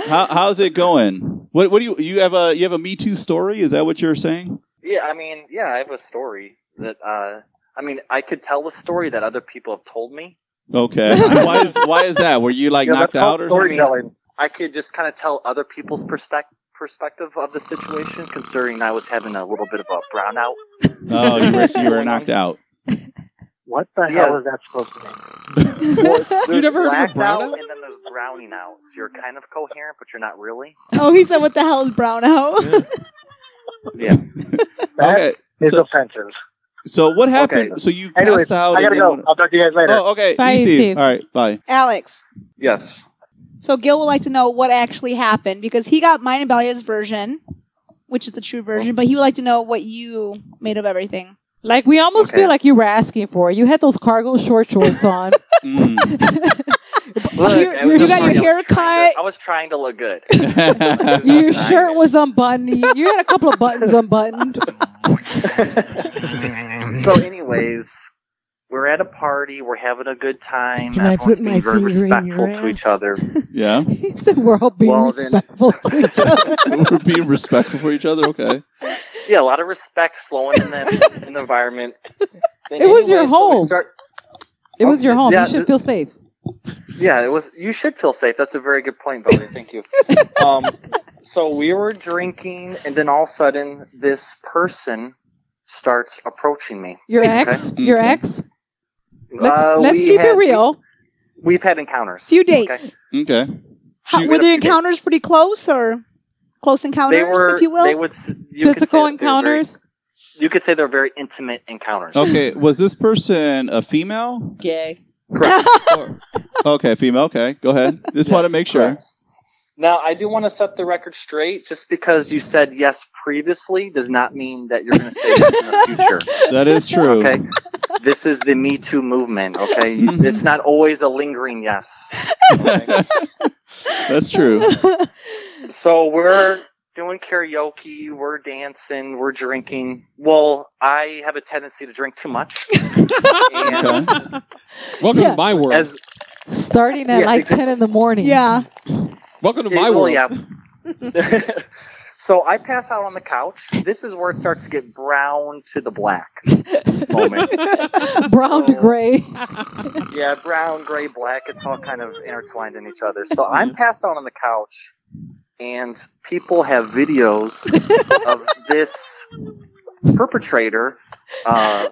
A: how, how's it going? What what do you you have a you have a Me Too story? Is that what you're saying?
F: (laughs) Yeah, I mean, yeah, I have a story that uh, I mean, I could tell a story that other people have told me.
E: (laughs)
A: Okay. why is why is that? Were you like
E: Yeah,
A: knocked
E: that's
A: out
E: called
A: or something?
E: storytelling.
F: I could just kind of tell other people's perspective perspective of the situation considering I was having a little bit of a brownout.
A: Oh, you were, you were knocked out.
E: What the
F: Yeah.
E: hell is that supposed to mean?
F: Well, it's, there's
D: never heard of a
F: blacked
D: brownout?
F: out and then there's browning out. So you're kind of coherent but you're not really.
B: Oh, he said, "What the hell is brown out?"
F: Yeah.
E: That
A: Okay.
E: is
A: So, Oh,
E: offensive.
A: so what happened? So you passed
E: Anyways,
A: out.
E: I
A: and
E: gotta
A: then
E: go.
A: went-
E: I'll talk to you guys later.
A: Oh, okay.
C: Bye,
A: you,
C: Steve.
A: All right.
C: (laughs)
A: Bye.
B: Alex.
F: Yes.
B: So Gil would like to know what actually happened because he got mine and Balia's version, which is the true version, but he would like to know what you made of everything.
C: Like we almost
F: Okay.
C: feel like you were asking for. it. You had those cargo short shorts
F: (laughs)
C: on.
A: Mm.
F: Look,
C: You-
F: it was
C: you
F: a
C: got
F: party.
B: your
F: I
B: hair
F: was trying
B: cut.
F: to- I was trying to look good.
A: Mm.
C: Your
F: Nice.
C: shirt was unbuttoned. You you had a couple of
F: (laughs)
C: buttons unbuttoned. (laughs)
F: so, anyways, we're at a party. We're having a good time.
G: Can I
F: Everyone's
G: put my
F: being very
G: finger in your
F: respectful to
G: ass?
F: each other.
A: (laughs) yeah.
C: He said we're all being
F: Well, then-
C: respectful to each
F: (laughs)
C: other.
A: We're being respectful for each other. Okay.
F: Yeah, a lot of respect flowing in the, in the environment. Then
C: It was your
F: anyway, so we
C: home.
F: start-
C: It was your home.
F: Yeah,
C: you should
F: the-
C: feel safe.
F: yeah, it was. You should feel safe. That's a very good point, Bodhi. Thank you. Um, so we were drinking, and then all of a sudden, this person starts approaching me.
C: Your ex. Your
A: Okay.
C: ex. Let's,
F: Uh,
C: let's
F: we
C: keep
F: had-
C: it real.
F: We, have had encounters.
B: Few dates.
F: Okay.
A: Okay.
B: How,
F: Few-
B: were the
F: few
B: encounters
F: dates.
B: pretty close or close encounters,
F: They were.
B: if you will?
F: They would. s- You could say
C: Physical
F: that they were very-
C: encounters.
F: you could say they're very intimate encounters.
A: Okay. Was this person a female?
C: Gay.
F: Correct.
A: Okay, female. Okay. Go
F: (laughs)
A: ahead. Just want to make sure.
F: Correct. Now, I do want to set the record straight. Just because you said yes previously does not mean that you're going to say yes in the future.
A: (laughs) That is true.
F: Okay. This is the Me Too movement. Okay.
A: Mhm.
F: It's not always a lingering yes.
A: (laughs) That's true.
F: So we're doing karaoke, we're dancing, we're drinking. Well, I have a tendency to drink too much. and
D: Welcome
C: Yeah.
D: to my world.
F: as
C: Starting at
F: Yeah,
C: like
F: exact-
C: ten in the morning.
B: yeah.
D: Welcome to
F: Yeah,
D: my
F: well,
D: world. (laughs)
F: yeah. (laughs) so I pass out on the couch. This is where it starts to get brown to the black moment.
C: (laughs) Brown to
B: (laughs)
F: So-
C: gray.
F: (laughs) Yeah, brown, gray, black. It's all kind of intertwined in each other. So
D: Mm-hmm.
F: I'm passed out on the couch, and people have
D: (laughs)
F: videos of this perpetrator uh,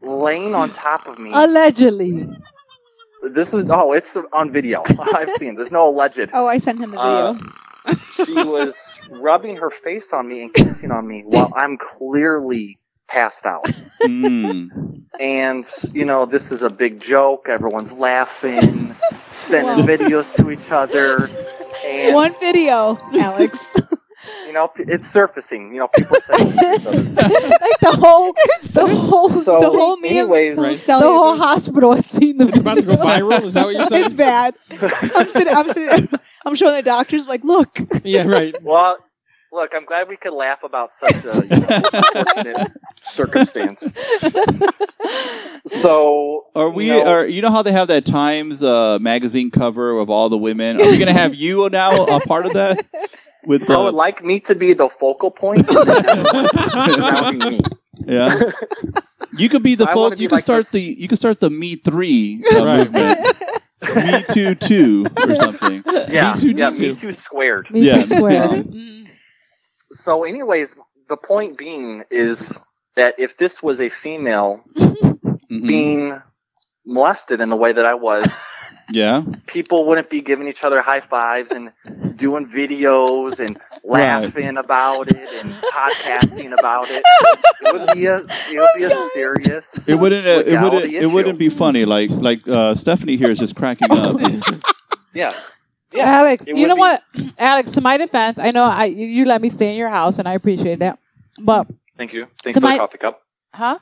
F: laying on top of me.
C: Allegedly.
F: This is oh, it's on video. (laughs) I've seen. There's no alleged.
B: Oh, I sent him the
F: Uh,
B: video.
F: she was rubbing her face on me and kissing on me while I'm clearly passed out.
A: Mm.
F: and you know this is a big joke everyone's laughing sending videos to each other and
B: One video, (laughs) Alex.
F: you know p- it's surfacing you know people are sending it to each
C: (laughs)
F: other
C: like the
B: (laughs)
C: whole, the whole,
F: so
C: (laughs) the whole me and
F: anyways
D: Right.
C: the whole hospital had seen them.
D: It's about to (laughs) go viral. Is that what you're
B: It's
D: saying?
B: bad. I'm sitting. I'm sitting. I'm showing the doctors. Like, look.
D: yeah, right.
F: (laughs) well look i'm glad we could laugh about such a you know,
C: (laughs)
F: unfortunate circumstance so
A: Are
F: you
A: we?
F: know,
A: are you know how they have that Times uh, magazine cover of all the women? Are we gonna have you now a part of that? With the
F: I would like me to be the focal point. surrounding me.
A: yeah, you could be the
F: So (laughs) I
A: folk-
F: wanna be
A: you could
F: like
A: start
F: this.
A: the you could start the Me Three uh,
D: Right.
A: movement, Me Two Two or something.
F: Yeah,
D: Me too, too,
F: yeah, me
D: too.
F: too squared.
C: Me
A: Yeah.
C: too square.
A: Um,
F: so anyways the point being is that if this was a female
A: mhm.
F: being molested in the way that i was
A: Yeah,
F: people wouldn't be giving each other high fives and doing videos and
A: Right.
F: laughing about it and podcasting about it it would be a it would be a serious
A: it wouldn't uh, it
F: Legality
A: wouldn't it
F: issue.
A: wouldn't be funny. Like like uh, Stephanie here is just cracking
F: (laughs)
A: up.
F: yeah Yeah,
C: Alex,
F: it
C: you
F: would
C: know
F: be.
C: what? Alex, to my defense, I know I you- you let me stay in your house, and I appreciate that. But
F: thank you thank
C: To
F: you for
C: my-
F: the coffee cup
C: huh?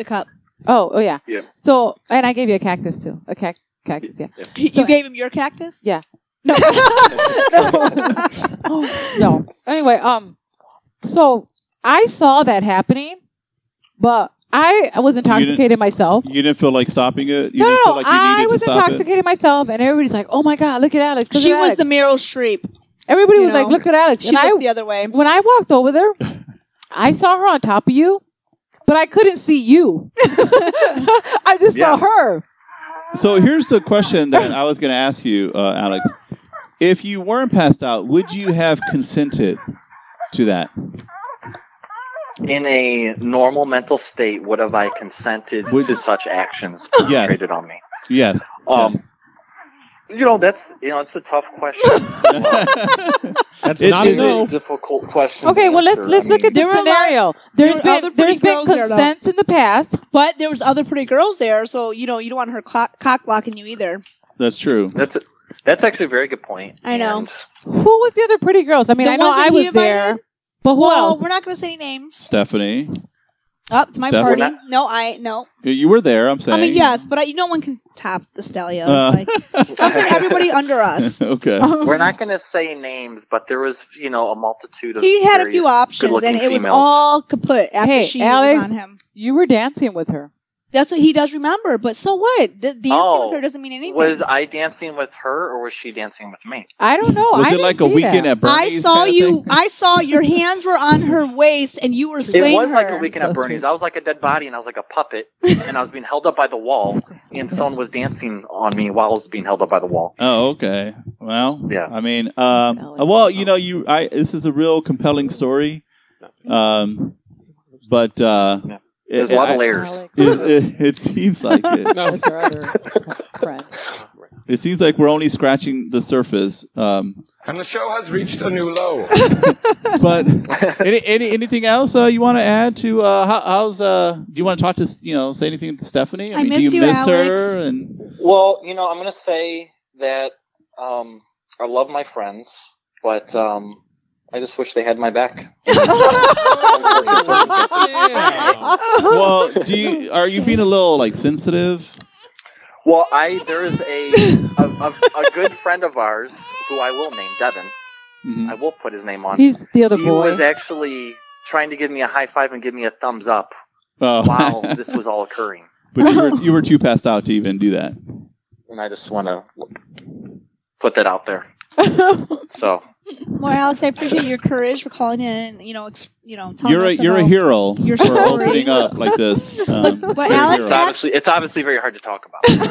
B: The cup.
C: Oh, oh yeah.
F: Yeah.
C: So, and I gave you a cactus too. A cac- cactus, yeah. So-
B: you gave him your cactus.
C: Yeah. No. no. Oh, no. Anyway, um, so I saw that happening, but I I was intoxicated myself.
A: You didn't feel like stopping it. You
C: no,
A: didn't
C: no,
A: feel
C: no.
A: like you needed
C: I was
A: to stop it?
C: intoxicated myself, and everybody's like, "Oh my god, look at Alex!" look
B: She
C: at
B: was
C: Alex."
B: the Meryl Streep.
C: Everybody
B: you
C: was like,
B: know,
C: "Look at Alex!"
B: She
C: and I
B: looked the other way.
C: when I walked over there, I saw her on top of you, but I couldn't see you. (laughs) I just saw
F: Yeah.
C: her.
A: So here's the question
C: (laughs)
A: that I was going to ask you, uh, Alex. If you weren't passed out, would you have consented to that?
F: in a normal mental state would have i consented
A: Would-
F: to such actions
A: Yes.
F: perpetrated on me
A: Yes. (laughs)
F: um
A: Yes.
F: You know, that's you know, it's a tough question.
D: That's
A: It-
D: not
A: it- it-
D: a
F: It's a
D: no.
F: difficult question.
C: Okay,
F: to
C: well let's
F: answer.
C: let's
F: I
C: look at
F: mean,
C: the
B: There were a lot-
C: scenario. There's
B: were
C: been
B: other pretty
C: there's been
B: girls there, though.
C: consents in the past.
B: But there was other pretty girls there, so you know you don't want her clock, cock blocking you either.
A: That's true.
F: that's that's actually a very good point.
B: I know.
F: And
C: Who was the other pretty girls? I mean,
B: The
C: I know
B: ones that
C: I
B: he
C: was
B: invited?
C: there, but who
B: well,
C: else?
B: we're not going to say any names.
A: Stephanie,
B: Oh, it's my
A: Steph-
B: party.
F: We're not-
B: no, I no.
A: you- you were there, I'm saying.
B: I mean, yes, but I, you, no one can top the Stelios.
A: Uh.
B: Like, I'm saying everybody under us.
A: (laughs) okay.
F: (laughs)
C: Oh,
F: we're not going to say names, but there was you know a multitude of.
B: He had a
F: various
B: few options,
F: good-looking
B: and it was
F: females.
B: all kaput after
C: Hey,
B: she
C: Alex.
B: was on him.
C: (laughs) you were dancing with her.
B: That's what he does remember. But so what? D- dancing
F: Oh,
B: with her doesn't mean anything.
F: Was I dancing with her, or was she dancing with me?
C: I don't know.
A: was
C: I
A: it
C: didn't
A: like a
C: see
A: weekend
C: that.
A: at Bernie's?
B: I saw
A: kind of
B: you.
A: thing?
B: I saw your hands were on her waist, and you were swaying
F: it was like
B: her.
F: a weekend at
C: That's
F: Bernie's. I was like a dead body, and I was like a puppet, and I was being held up by the wall, and someone was dancing on me while I was being held up by the wall.
A: Oh, okay. Well,
F: Yeah.
A: I mean, um, well, you know, you. I. This is a real compelling story, um, but uh,
F: Yeah. There's a
A: it-
F: lot of
A: I-
F: layers.
C: Alex.
F: to (laughs)
A: It,
F: this.
A: it, it seems like it.
D: No.
F: (laughs)
C: With your other friend.
A: (laughs)
C: (laughs)
A: It seems like we're only scratching the surface. Um,
G: And the show has reached a new low.
F: (laughs)
A: but any, any anything else uh, you want to add to uh, how, how's uh, do you want to talk to you know say anything to Stephanie?
B: I
A: do
B: miss
A: you
B: you,
A: miss
B: Alex.
A: her? And
F: Well, you know, I'm going to say that um, I love my friends, but um, I just wish they had my back.
D: Yeah.
B: Oh.
A: well, do
B: (laughs)
A: you are you being a little like sensitive?
F: well, I there is a a, a a good friend of ours who I will name Devin.
A: Mhm.
F: I will put his name on.
C: He's the other
F: he
C: boy. (laughs)
F: was actually trying to give me a high five and give me a thumbs up
A: Oh. (laughs)
F: while this was all occurring,
A: but you
B: Oh.
A: were, you were too passed out to even do that.
F: and I just want to put that out there. So
B: Well, Alex, I appreciate your courage for calling in. And, you know, ex- you know, telling
A: you're a
B: us
A: you're a
B: about-
A: hero
B: your
A: for
B: story.
A: opening up like this.
B: (laughs)
A: Um,
B: But
A: you're a
B: Alex,
F: it's obviously it's obviously very hard to talk about.
A: (laughs) hero.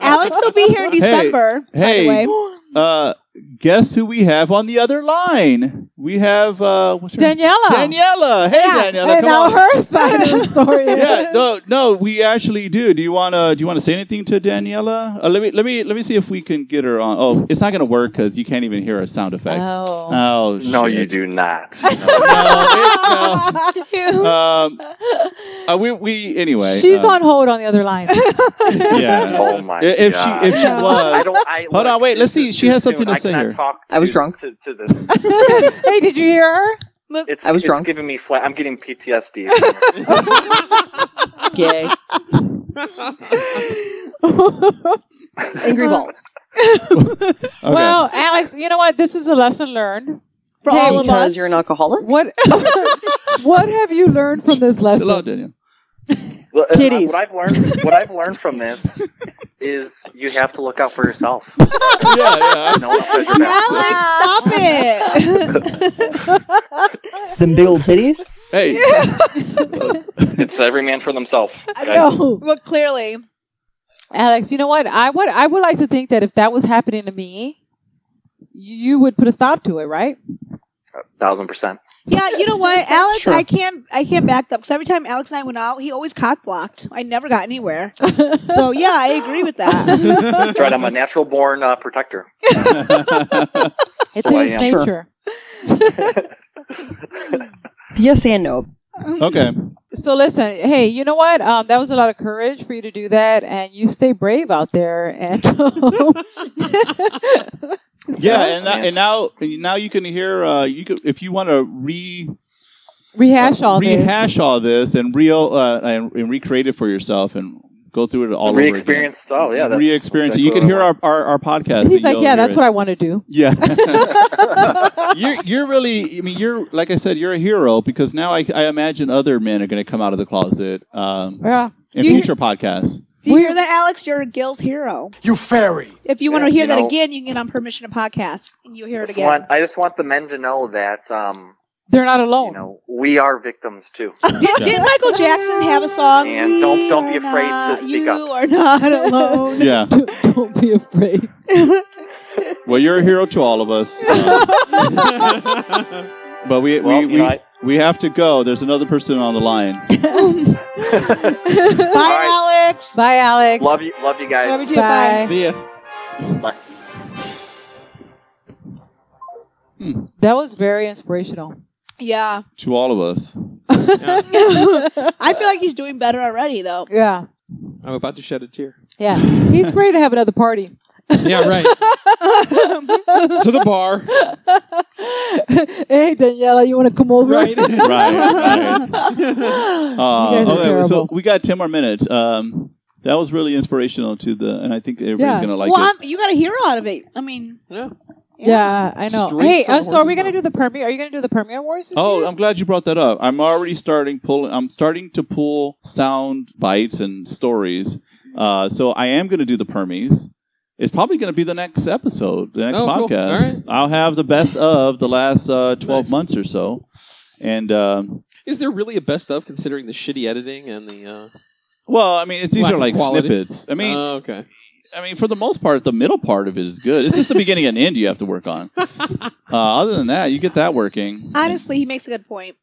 B: Alex will be here in December. by
A: hey.
B: the way.
A: uh, guess who we have on the other line? we have uh, what's her name?
C: Daniela.
A: Daniela. Hey,
C: Yeah,
A: Daniela.
C: and
A: come
C: now
A: on.
C: her side
A: (laughs)
C: of the story. is-
A: yeah, no, no, we actually do. Do you wanna do you wanna say anything to Daniela? Uh, let me let me let me see if we can get her on. Oh, it's not gonna work because you can't even hear our sound effects.
C: Oh.
A: Oh,
F: No,
A: shit.
F: you do (laughs) not.
A: No,
C: (laughs)
A: it- no.
B: Ew.
A: Um, uh, we we anyway.
C: She's
A: uh,
C: on hold on the other
A: (laughs)
C: line.
A: Yeah.
F: (laughs) Oh my
A: I- if
F: God.
A: She, if she
C: Yeah.
F: I
A: was.
F: don't. I,
A: Hold on, wait, let's see.
F: it's- it's
A: She
F: too
A: has something
F: soon.
A: to say
F: I cannot
A: here.
F: Talk
H: I was
F: to-
H: drunk.
F: to, to
A: (laughs)
F: this.
C: hey, did you hear her?
F: It's,
H: I was
F: it's
H: drunk.
F: giving me flat. I'm getting
H: (laughs)
F: PTSD.
H: Gay. Angry balls.
A: Okay.
C: (laughs) Well, Alex, you know what? This is a lesson learned for all of
H: because
C: us.
H: you're an alcoholic.
C: What (laughs) What have you learned from this lesson?
A: Hello, Daniela.
F: Well, uh,
H: Titties.
F: What I've learned, what I've learned from this, is you have to look out for
A: (laughs)
F: yourself.
A: yeah, yeah.
F: No one says you're bad.
B: Alex,
C: (laughs)
B: stop it.
H: Them big old titties.
A: Hey,
F: It's every man for themselves.
C: I know.
B: well, clearly.
C: Alex, you know what? I would I would like to think that if that was happening to me, you would put a stop to it, right?
F: Thousand percent.
B: Yeah, you know what,
F: (laughs)
B: Alex?
H: Sure.
B: I can't. I can't back them because every time Alex and I went out, he always cock blocked. I never got
C: (laughs)
B: anywhere. so yeah, I agree with that.
F: That's right. I'm a natural born uh, protector.
C: It's
F: So I
C: in his
F: am.
C: nature.
H: Yes and no.
A: (laughs) okay.
C: So listen, hey, you know what? Um, that was a lot of courage for you to do that, and you stay brave out there. And (laughs)
A: Yeah, and, now-
F: Yes.
A: and now and now you can hear. Uh, you could if you want to re
C: rehash all this.
A: rehash all this and real uh, and, and recreate it for yourself and go through it all over
F: Re-experience. Oh yeah.
A: again.
F: That's
A: re-experience.
F: exactly
A: you can
F: what I
A: hear
F: want.
A: our, our our podcast.
C: He's like, yeah, that's what I want to do.
A: (laughs) Yeah.
C: (laughs)
A: you're you're really. I mean, you're like I said, you're a hero because now I, I imagine other men are going to come out of the closet um,
C: Yeah.
A: in
C: You-
A: future podcasts.
B: Do you
C: We-
B: hear that, Alex? You're a Gil's hero.
G: You fairy.
B: If you
F: Yeah,
B: want to hear
F: you
B: that
F: know-
B: again, you can get on permission to podcast and you hear
F: I
B: it
F: just
B: again.
F: want. I just want the men to know that. Um,
C: They're not
F: you
B: Oh.
C: alone.
F: know, we are victims too.
B: Did, did Michael Jackson have a song?
F: And
B: "We
F: don't- don't be
B: are
F: afraid to
B: not-
F: speak
B: you
F: up."
B: You are
C: (laughs)
B: not alone.
A: Yeah.
C: (laughs) don't, don't be afraid. (laughs)
A: Well, you're a hero to all of us. (laughs) Uh, but we
F: Well,
A: we,
F: you
A: we,
F: know, I-
A: we have to go. There's another person on the line. (laughs)
B: Bye,
F: right.
B: Alex.
C: Bye, Alex.
F: Love you. Love you guys.
B: Love you too.
C: Bye.
A: See ya.
F: Bye.
C: That was very inspirational. (laughs)
B: Yeah,
A: To all of us.
B: I feel like he's doing better already, though.
C: Yeah,
D: I'm about to shed a tear.
A: (laughs)
C: yeah. He's ready to have another party. (laughs)
D: Yeah, right. to the bar.
C: hey, Daniela, you want to come over?
D: Right.
A: right.
C: (laughs)
A: right. Uh,
C: guys are
A: okay, so
C: terrible.
A: we got ten more minutes. Um, that was really inspirational to the, and I think everybody's
C: Yeah.
A: gonna like
B: well,
A: it.
B: I'm, you got a hero out of it. I mean,
C: (laughs) Yeah, I know.
D: Straight
C: hey,
D: from
C: uh, so are we
D: Horizontal.
C: gonna do the Permi? Are you gonna do the Permi Awards? this
A: Oh,
C: year?
A: I'm glad you brought that up. I'm already starting pulling. I'm starting to pull sound bites and stories. Uh, so I am going to do the permies. It's probably going to be the next episode, the next
D: Oh, cool. All
A: podcast.
D: right.
A: I'll have the best of the last uh, 12
D: Nice.
A: months or so, and um,
D: (laughs) Is there really a best of considering the shitty editing and the? Uh...
A: well, I mean, it's these
D: Lack
A: are
D: of
A: like
D: quality.
A: snippets. I mean,
D: Oh, okay.
A: I mean, for the most part, the middle part of it is good. It's just the beginning and end you have to work
D: (laughs)
A: on. Uh, other than that, you get that working.
B: honestly, he makes a good point.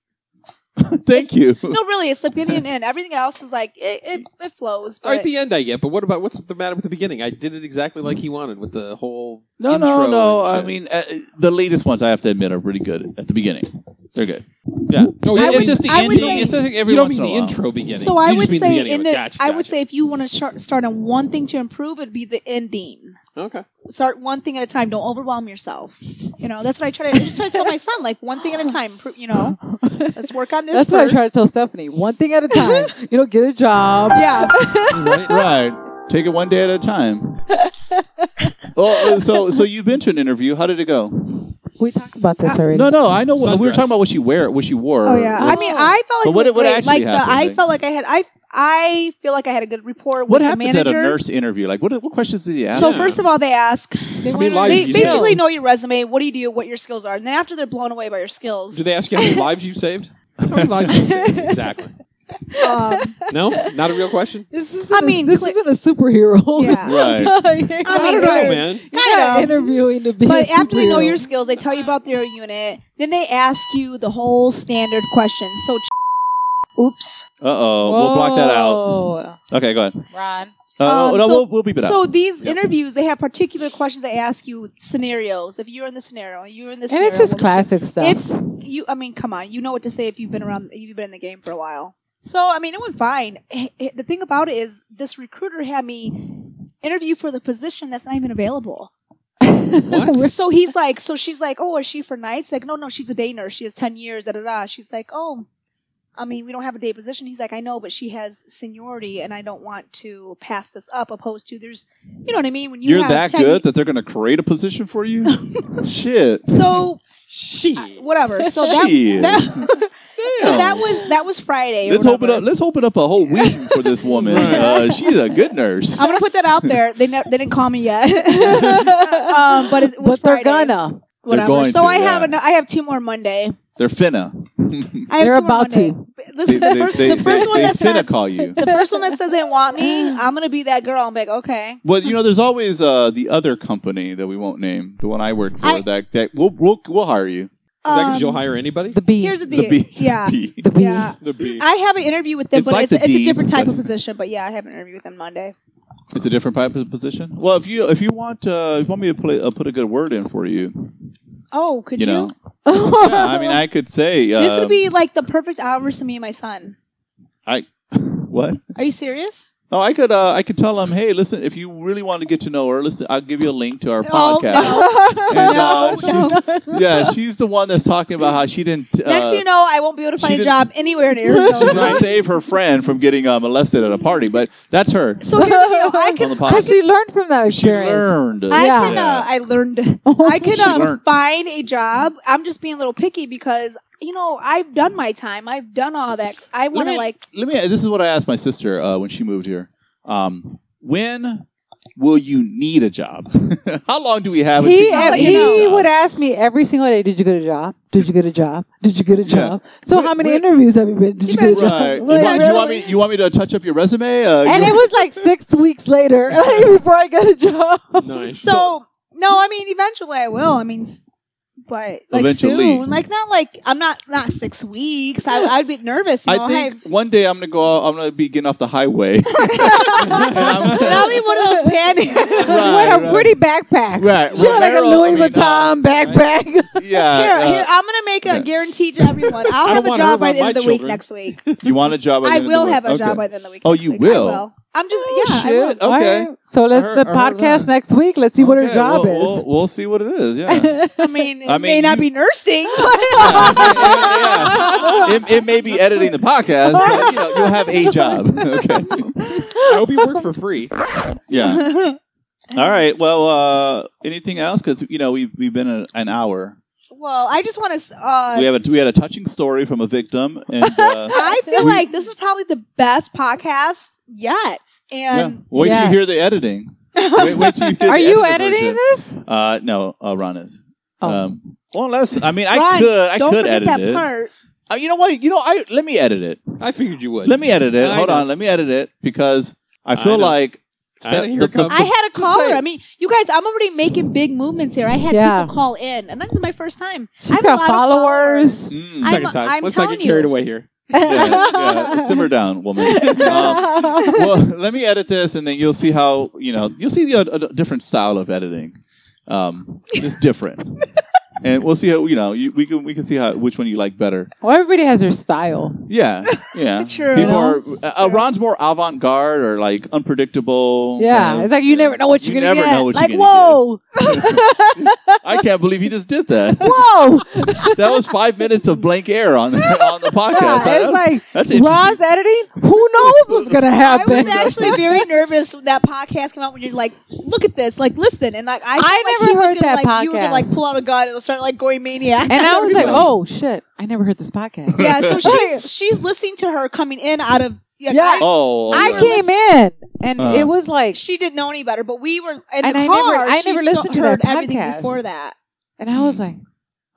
A: (laughs) Thank you.
B: No, really, it's the beginning and end. Everything else is like it, it, it flows.
D: All right,
B: But
D: the end I get, but what about what's the matter with the beginning? I did it exactly like he wanted with the whole.
A: No, no,
D: intro
A: no.
D: and
A: I
D: shit.
A: mean, uh, the latest ones I have to admit are pretty good at the beginning. They're good. Yeah.
D: Oh,
B: I
D: yeah,
A: it's
B: would-
A: just the
B: I would
A: ending.
B: say-
A: it's just like every
D: you don't
A: once
D: mean
A: in a
D: the
A: while.
D: intro beginning.
B: so
D: you
B: I
D: just
B: would
D: mean the
B: say
D: beginning
B: in
D: of
B: the
D: it. Gotcha,
B: I would
D: gotcha.
B: say if you want to start, start on one thing to improve, it'd be the ending.
D: Okay.
B: Start one thing at a time. Don't overwhelm yourself. You know, that's what I try to. I just try to tell my son like one thing at a time. Improve- You know, let's work on this.
C: That's what I
B: first.
C: try to tell Stephanie. One thing at
B: (laughs)
C: a time. you know, get a job.
B: Yeah,
A: (laughs) Right. Take it one day at a
D: (laughs)
A: time. oh, so so you've been to an interview. How did it go?
C: We talked about
B: Ah,
C: this already.
A: No, no. I know. What, we were
D: Sundress.
A: talking about what she wear, what she wore.
B: Oh yeah. I mean, I felt like
A: But what-
B: it was
A: what
B: great.
A: actually
B: like
A: happened,
B: the, I
A: like-
B: felt like I had I I feel like I had a good rapport
A: What
B: with the
A: happens
B: manager.
A: at a nurse interview? Like, what what questions did you ask?
B: So
D: Yeah.
B: first of all, they ask
C: They
D: How
C: went
D: many
C: on-
D: lives
B: they
D: you
B: basically
D: saved?
B: know your resume, what do you do, what your skills are, and then after they're blown away by your skills, (laughs)
D: Do they ask you how many lives you've saved? How many lives you've saved? (laughs) Exactly.
C: Ah,
B: Um,
D: No, not a
B: (laughs)
D: real question.
C: This is
B: I mean,
C: this
B: cle-
C: isn't a superhero.
B: (laughs)
A: (laughs)
B: yeah.
A: Right.
D: I
B: mean,
D: don't know, man.
B: Kind of.
C: interviewing to be. a
B: But after they know
C: superhero.
B: your skills, they tell you about their unit. Then they ask you the whole standard questions. So, oops.
A: Uh oh. We'll block that out.
C: Whoa.
A: Okay, go ahead.
C: Ron.
A: Uh,
B: Um,
A: no,
B: so-
A: we'll, we'll beep it
B: So
A: out.
B: these
A: Yep.
B: interviews, they have particular questions they ask you scenarios. If you're in the scenario, you're in this.
C: And it's
B: scenario,
C: just
B: what would
C: classic stuff.
B: you- It's you. I mean, come on. You know what to say if you've been around. If you've been in the game for a while. So I mean, it went fine. Eh, eh, The thing about it is, this recruiter had me interview for the position that's not even available.
D: What?
B: So he's like, so she's like, oh, is she for nights? Like, no, no, she's a day nurse. She has 10 years, da da da. She's like, oh, I mean, we don't have a day position. He's like, I know, but she has seniority and I don't want to pass this up, opposed to there's, you know what I mean? When you
A: You're
B: have
A: that
B: 10
A: good that they're going to create a position for
B: (laughs)
A: you? Shit. (laughs)
B: so,
D: She.
B: whatever. So that,
A: Shit.
B: that- (laughs)
A: (laughs)
B: so
A: Damn.
B: that was, that was Friday. or
A: Let's open
B: whatever.
A: up. Let's open up a
B: (laughs)
A: whole wing for this woman.
D: Right.
A: Uh, she's a good nurse.
B: I'm going to put that out there. They, ne- they didn't call me
C: (laughs)
B: yet. um, but it, it was
C: but they're
B: Friday,
C: gonna.
B: Whatever.
A: going
B: so
A: to,
B: I have
A: yeah.
B: an, I have two more Monday.
A: They're finna.
B: (laughs) I have
C: They're
B: two more
C: about
B: Monday.
C: to.
B: Listen, the first, the first
A: they-
B: one
A: they
B: that
A: finna
B: says
A: call
B: (laughs)
A: you.
B: the first one that says they want me, I'm gonna be that girl. I'm like, okay.
A: Well, you know, there's always uh, the other company that we won't name, the one I work for.
B: I-
A: that that we'll, we'll we'll hire you.
D: Is that because
B: Um,
D: you'll hire anybody?
C: The B.
B: Here's the
A: The
B: deal.
A: B. (laughs)
B: Yeah,
A: B.
C: the B. (laughs)
B: yeah.
D: The B.
B: I have an interview with them,
A: It's
B: but
A: like
B: it's, a,
A: the
B: it's a
A: D,
B: different type
A: but-
B: of position. But yeah, I have an interview with them Monday.
A: It's a different type of position. Well, if you if you want uh, if you want me to play, uh, put a good word in for you,
B: Oh, could
A: you
B: you?
A: know. Yeah, I
B: (laughs)
A: mean, I could say uh,
B: this would be like the perfect hours to me and my son.
A: uh, what?
B: Are you serious?
A: No, I could uh, I could tell them, hey, listen, if you really want to get to know her, listen, I'll give you a link to our
B: Oh,
A: podcast. And,
C: (laughs)
A: uh,
C: Oh,
A: she's, yeah, she's the one that's talking about how she didn't. Uh,
B: Next thing you know, I won't be able to
A: she
B: find a
A: didn't-
B: job anywhere
A: (laughs)
B: in
A: she didn't
B: Arizona.
A: save her friend from getting uh, molested at a party, but that's her.
B: So here's the deal.
A: (laughs)
B: I
A: On
B: can,
A: the podcast.
B: I can,
C: Because she learned from that
A: She
C: experience. Oh
A: learned.
B: I,
C: Yeah.
B: can uh, I learned
A: (laughs)
B: I could
A: She
B: uh,
A: learned.
B: find a job. I'm just being a little picky because you know I've done my time. I've done all that. I want to
A: me-
B: like
A: Let me. This is what I asked my sister uh, when she moved here. Um, when will you need a job? (laughs) How long do we have? until
C: He
A: you
B: I'll let
A: need
B: you
A: a
C: he
A: job?
C: would ask me every single day, "Did you get a job? Did you get a job? Did you get a
A: Yeah.
C: job?" So
A: Wait,
C: how many
A: wait.
C: interviews have you been? Did you get a job?
A: Right. You
C: Like,
A: want, you want me?
C: really?
A: You want me to touch up your resume? Uh,
C: And
A: you-
C: it was like six weeks later (laughs) like, before I got a job.
D: (laughs) Nice.
B: so. no, I mean eventually I will. I mean, s- but like
A: Eventually.
B: soon, like not like I'm not not six weeks. I, I'd be nervous. You know,
A: I think one day I'm gonna go. out I'm gonna be getting off the highway. (laughs)
C: (laughs)
A: And (laughs) I'm-
B: Hey, and I'll be one of those panic.
A: Right,
C: what a
A: right.
C: pretty backpack.
A: Right,
C: She had like a
A: Romero,
C: Louis
A: I mean,
C: Vuitton
A: uh,
C: backpack.
A: (laughs) yeah.
B: Here,
A: uh,
B: here, I'm gonna make a guarantee
A: (laughs)
B: to everyone. I'll
D: I
B: have
D: don't
B: a
D: wanna hurt
B: job by
D: my-
B: the end
D: my
B: of the week
D: children.
B: next week.
A: you want a job? (laughs) by the
B: I
A: end of
B: will
A: the
B: have a
A: week?
B: job
A: Okay.
B: by the end of the week.
A: Oh,
B: next
A: you
B: week.
A: will?
B: I will. I'm just
A: Oh,
B: yeah. I will.
A: shit. Okay.
C: All right. So let's
A: heard-
C: the
A: I heard
C: podcast
A: that.
C: next week. Let's see what her
A: Okay,
C: job
A: we'll-
C: is.
A: We'll, we'll see what it is.
C: (laughs)
A: Yeah.
B: I mean, it
A: I
B: may
A: mean,
B: not
A: you-
B: be
A: (laughs)
B: nursing.
A: yeah. It, it may be editing the podcast, but you know, you'll have a job. (laughs) okay.
D: I hope you work for free.
A: Yeah. All right. Well, uh, anything else? Because you know we've we've been a, an hour.
B: (laughs) well, I just want to. Uh,
A: We have a we had a touching story from a victim, and
C: (laughs)
A: uh, (laughs)
B: I feel like this is probably the best podcast yet,
A: yeah.
B: and
A: wait till
C: Yeah.
A: you hear the editing.
B: (laughs)
A: Wait, wait till you hear
C: (laughs) Are
A: the
C: you
A: edited
C: editing
A: version.
C: this?
A: Uh, no, uh, Ron is.
C: Oh.
A: Um, well, unless I mean, I
B: Ron,
A: could, I
B: don't
A: could
B: forget
A: edit
B: that
A: it.
B: part.
A: Uh, you know what? You know, I let me edit it.
D: I figured you would.
A: Let me edit it.
D: I
A: Hold
D: know.
A: on, let me edit it because I
D: I
A: feel
D: know.
A: like
D: I know,
A: the-
D: here
A: the-
D: comes-
B: I had a caller.
A: say-
B: I mean, you guys, I'm already making big movements here. I had
C: Yeah.
B: people call in, and that's my first time. I
C: She's
B: have a
C: got
B: lot of
C: followers.
A: Mm.
B: I'm-
C: (laughs)
D: Second time.
B: I'm
D: Let's not
B: telling
D: get carried
B: you.
D: away here.
A: yeah, yeah. simmer down,
D: (laughs)
A: woman. Um, well, let me edit this, and then you'll see how you know you'll see the, a, a different style of editing, um, just
D: (laughs)
A: different, and we'll see how you know you, we can we can see how which one you like better.
C: (laughs) well, everybody has their style.
A: Yeah,
C: (laughs)
A: yeah.
B: True.
A: People are uh, uh, Ron's more avant garde or like unpredictable.
C: Yeah,
A: kind of-
C: it's like you never know what
A: You
C: you're gonna
A: never
C: get.
A: know what you're
C: like,
A: gonna
C: whoa,
A: I can't believe he just did that. (laughs)
C: whoa!
A: that was five minutes of blank air on the on the podcast.
C: Yeah,
A: I-
C: it's like
A: that's interesting.
C: Ron's editing. Who knows what's gonna
B: I was
C: happen? (laughs)
B: actually very nervous when that podcast came out. When you're like, "Look at this, like, listen," and like, I, felt
C: I
B: like
C: never
B: he was
C: heard
B: gonna,
C: that
B: like, You were gonna like
C: podcast.
B: pull out a gun and start like going maniac. (laughs)
C: and I
A: (laughs)
C: was like,
A: Yeah.
C: oh shit! I never heard this podcast.
B: Yeah,
C: (laughs)
B: so she's she's listening to her coming in out of yeah.
C: Yeah.
B: I-
A: oh,
C: I
A: yeah.
C: came in and
A: Uh.
C: it was like,
B: she didn't know any better, but we were in
C: And
B: the
C: I
B: car.
C: never- I
B: she
C: never
B: so-
C: listened to that
B: heard everything
C: podcast.
B: before that.
C: and I was like,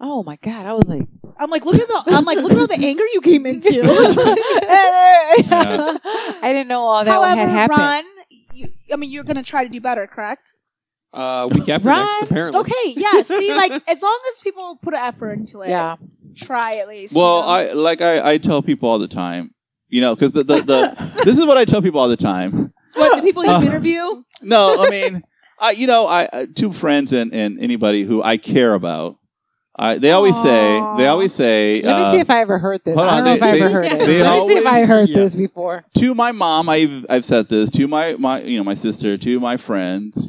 C: Oh my god! I was
A: (laughs)
C: like, (laughs)
B: I'm like, look at the. I'm like, look at all the anger you came into.
A: Yeah.
C: (laughs) I didn't know all that
B: However,
C: had happened.
B: Ron, you, I mean, you're gonna try to do better, correct?
D: Uh, week after
C: Ron,
D: next, apparently.
B: Okay, yeah. See,
C: (laughs)
B: like as long as people put an effort into it,
C: yeah,
B: try at least.
A: Well,
B: you know?
A: I like I, I tell people all the time, you know, because the, the,
C: (laughs)
A: the this is what I tell people all the time.
B: what the people you
A: Uh, (laughs)
B: interview.
A: No, I
C: (laughs)
A: mean, I you know, I I- two friends and, and anybody who I care about. I, they always
B: Aw.
A: say they always say
C: Let
A: uh,
C: me see if I ever heard this.
A: hold
C: I
A: on,
C: don't know
A: they-
C: if I ever
A: they-
C: heard it.
A: they
C: Let me see if I
A: always-
C: heard
D: yeah.
C: this before.
A: to my mom. I've I've said this to my my you know my sister to my friends,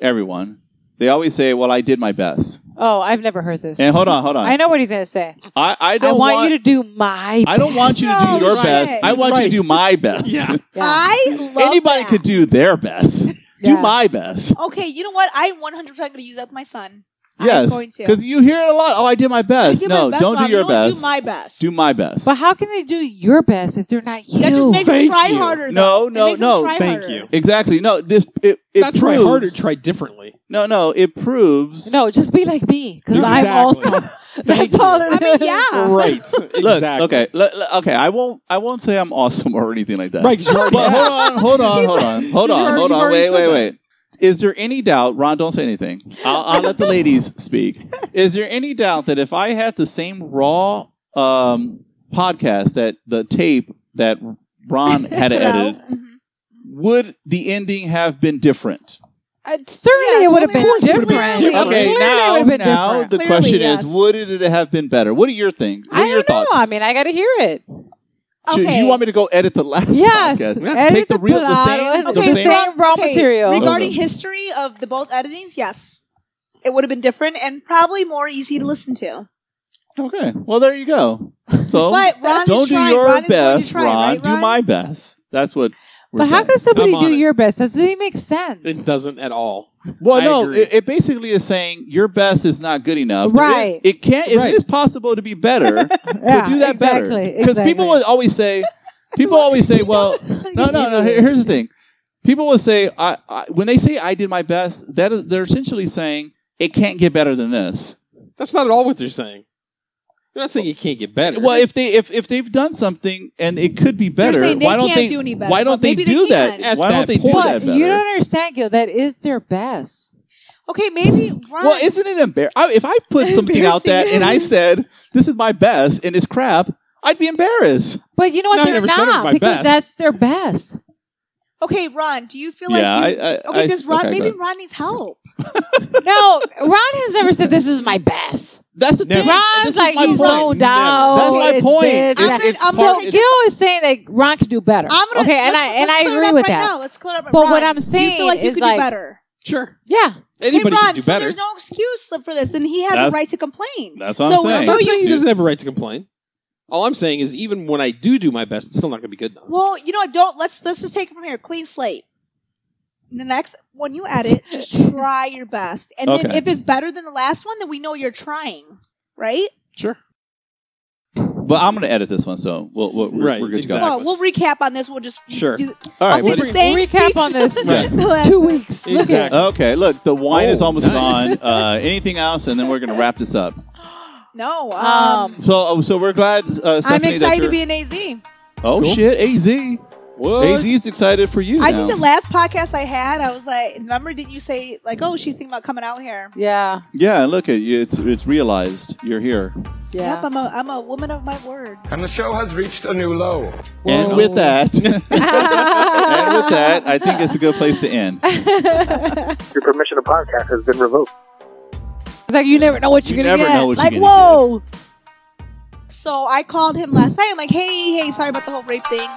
A: everyone. They always say, "Well, I did my best."
C: Oh, I've never heard this.
A: And hold on, hold on.
C: I know what he's gonna say.
A: I, I
C: I
A: don't
C: want, you to do my.
A: I don't want you to do
B: No
A: your
B: shit.
A: best. I want you
D: Right.
A: to do my best.
D: Yeah.
C: (gasps) Yeah.
B: I love
A: Anybody
B: that.
A: could do their best. Do
C: Yeah.
A: my best.
B: Okay, you know what? I'm 100 percent gonna use that with my son. I'm
A: Yes.
B: going to.
A: Because you hear it a lot. Oh, I did my
B: I
A: best.
B: did my
A: no,
B: best,
A: don't
B: Mom.
A: do your
B: You know what?
A: best.
B: Do my best.
A: Do my best.
C: But how can they do your best if they're not you?
B: that just makes them
D: Thank
B: try
D: you.
B: harder. though.
A: No,
B: It
A: no,
B: makes them
A: no,
B: try
D: thank
B: harder.
D: you.
A: exactly. No, this it, it
D: Not try
A: proves-
D: harder, try differently.
A: No, no, it proves
C: no, just be like me because
D: Exactly.
C: I'm also. (laughs)
D: Thank
C: That's all
D: you.
C: it
B: I mean,
C: is.
B: yeah.
D: (laughs) Right.
A: Look,
D: exactly.
A: okay, le- le- okay. I won't. I won't say I'm awesome or anything like that.
D: Right, 'cause you already
A: But
D: have.
A: hold on, hold on, hold on, hold
D: You
A: on,
D: already-
A: hold
D: you've
A: on.
D: already
A: Wait, wait,
D: said
A: wait. Is there any doubt, Ron? Don't say anything. I'll, I'll let the ladies speak. Is there any doubt that if I had the same raw um, podcast that the tape that Ron had
B: No.
A: edited,
B: Mhm.
A: would the ending have been different?
C: Uh, certainly,
B: Yeah,
C: it would have
B: totally
C: been
B: would've been
C: different.
B: different.
C: Clearly
A: Okay,
C: it
A: now,
C: would've been
A: now
C: different.
A: the
B: Clearly,
A: question
B: yes.
A: is, would it have been better? What are your things? What
C: I
A: are your
C: don't know.
A: thoughts?
C: I mean, I got to hear it.
A: Should-
B: Okay.
A: you want me to go edit the last
C: Yes,
A: podcast?
C: edit
A: Take the,
C: the
A: real, the
C: plot
A: same,
C: and-
A: the
C: Okay,
A: same
C: so- same raw material.
B: Regarding
A: Okay.
B: history of the both editings, yes, it would have been different and probably more easy to listen to.
A: Okay. Well, there you
B: (laughs)
A: go. So
B: But Ron is
A: don't do
B: trying.
A: your
B: Ron is going to
A: best,
B: try,
A: Ron.
B: right,
A: Do
B: Ron?
A: my best. That's what. We're
C: But how
A: saying.
C: can somebody
D: I'm on
C: do
D: it.
C: your best? That doesn't make sense.
D: It doesn't at all.
A: Well,
D: I
A: no,
D: agree.
A: it, it basically is saying your best is not good enough. There is-
C: Right.
A: it can't. It is
D: Right.
A: possible to be
B: (laughs)
A: better.
C: Yeah,
A: so do that better.
C: exactly,
A: Because people
C: exactly.
A: would always say, people always
B: (laughs)
A: say, well, no, no,
C: (laughs)
A: no. here- Here's the thing. People will say, I, I, when they say I did my best, that is, they're essentially saying it can't get better than this.
D: That's not at all what they're saying. They're not saying you can't get better.
A: Well, if they if, if they've done something and it could be better,
B: They're saying they
A: why don't
B: can't
A: they
B: do any better,
A: why don't
B: but
A: they
B: maybe
A: do
B: can.
A: that?
D: At
A: Why don't
D: that
A: they do
D: point.
A: that
C: But
A: better?
C: you don't understand, Gil. That is their best.
B: Okay, maybe Ron.
A: well, isn't it embarrassing? If I put something out that and I said this is my best and it's crap, I'd be embarrassed.
C: But you know what?
D: No, I
C: They're
D: never said it was
C: not
D: my
C: because
D: best.
C: that's their best.
B: okay, Ron. Do you feel
A: yeah,
B: like you,
A: I, I,
B: okay?
A: I-
B: Because Ron,
A: okay, go
B: maybe
A: ahead.
B: Ron needs help.
C: no, Ron has never said this is my best.
A: that's the
D: Never.
A: thing.
C: Ron's
A: This is
C: like
A: my
C: he's
A: point.
C: zoned
D: Never.
C: out.
A: That's my
C: it's
A: point. It's-
C: this,
B: I'm
C: that.
B: gonna, I'm
C: so
B: gonna,
C: Gil is saying that Ron could do better.
B: I'm gonna
C: okay, and I
B: let's-
C: and
B: let's
C: I
B: clear it
C: agree
B: up
C: with
B: right
C: that.
B: Now. Let's clear it up.
C: But
B: Ron,
C: what I'm
B: do you feel
C: saying
B: like you
C: is
B: could
C: like-
B: do better.
D: sure.
C: Yeah,
D: Anybody
B: hey, Ron,
D: can do
B: so
D: better.
B: there's no excuse for this, and he has
A: That's-
B: a right to complain.
A: That's what
B: So,
A: I'm
D: I'm
A: saying.
D: not saying he doesn't have a right to complain. All I'm saying is, even when I do do my best, it's still not going to be good enough.
B: Well, you know, what, don't let's let's just take it from here. Clean slate. The next when you edit,
C: (laughs)
B: just try your best, and then
A: Okay.
B: if it's better than the last one, then we know you're trying, right?
D: Sure.
A: But I'm going to edit this one, so we'll, we'll, we're,
D: Right,
A: we're good
D: exactly.
B: Well, we'll recap on this. We'll just
D: Sure.
B: do-
A: to go. All
B: I'll
A: right.
B: say
A: what
B: the
A: do you-
B: same
C: recap
B: speech
C: on this.
A: Right.
B: the last-
C: Two weeks. Look at
D: Exactly.
C: it.
A: Okay, look, the wine is
D: Oh,
A: almost
D: nice.
A: gone. Uh, anything else, and then we're going to wrap this up.
B: No, um,
C: Um,
A: So, oh, so we're glad. Uh, Stephanie,
B: I'm
A: that
B: excited to
A: you're-
B: be an AZ.
A: Oh
D: Cool.
A: shit, AZ.
D: What?
A: AZ is excited for you.
B: I
A: now.
B: think the last podcast I had, I was like, remember, didn't you say like, oh, she's thinking about coming out here?
C: Yeah,
A: Yeah, look at you. It's it's realized you're here.
B: Yep,
C: yeah.
B: I'm a I'm a woman of my word.
G: And the show has reached a new low.
A: And
C: Whoa.
A: with that, (laughs) and with that, I think it's a good place to
C: (laughs)
A: end.
F: Your permission to podcast has been revoked.
C: It's like you never know what you're
A: You
C: gonna
A: never
C: get.
A: know what you're
C: like
A: gonna
C: whoa.
B: So I called him last night. I'm like, hey, hey, sorry about the whole rape thing.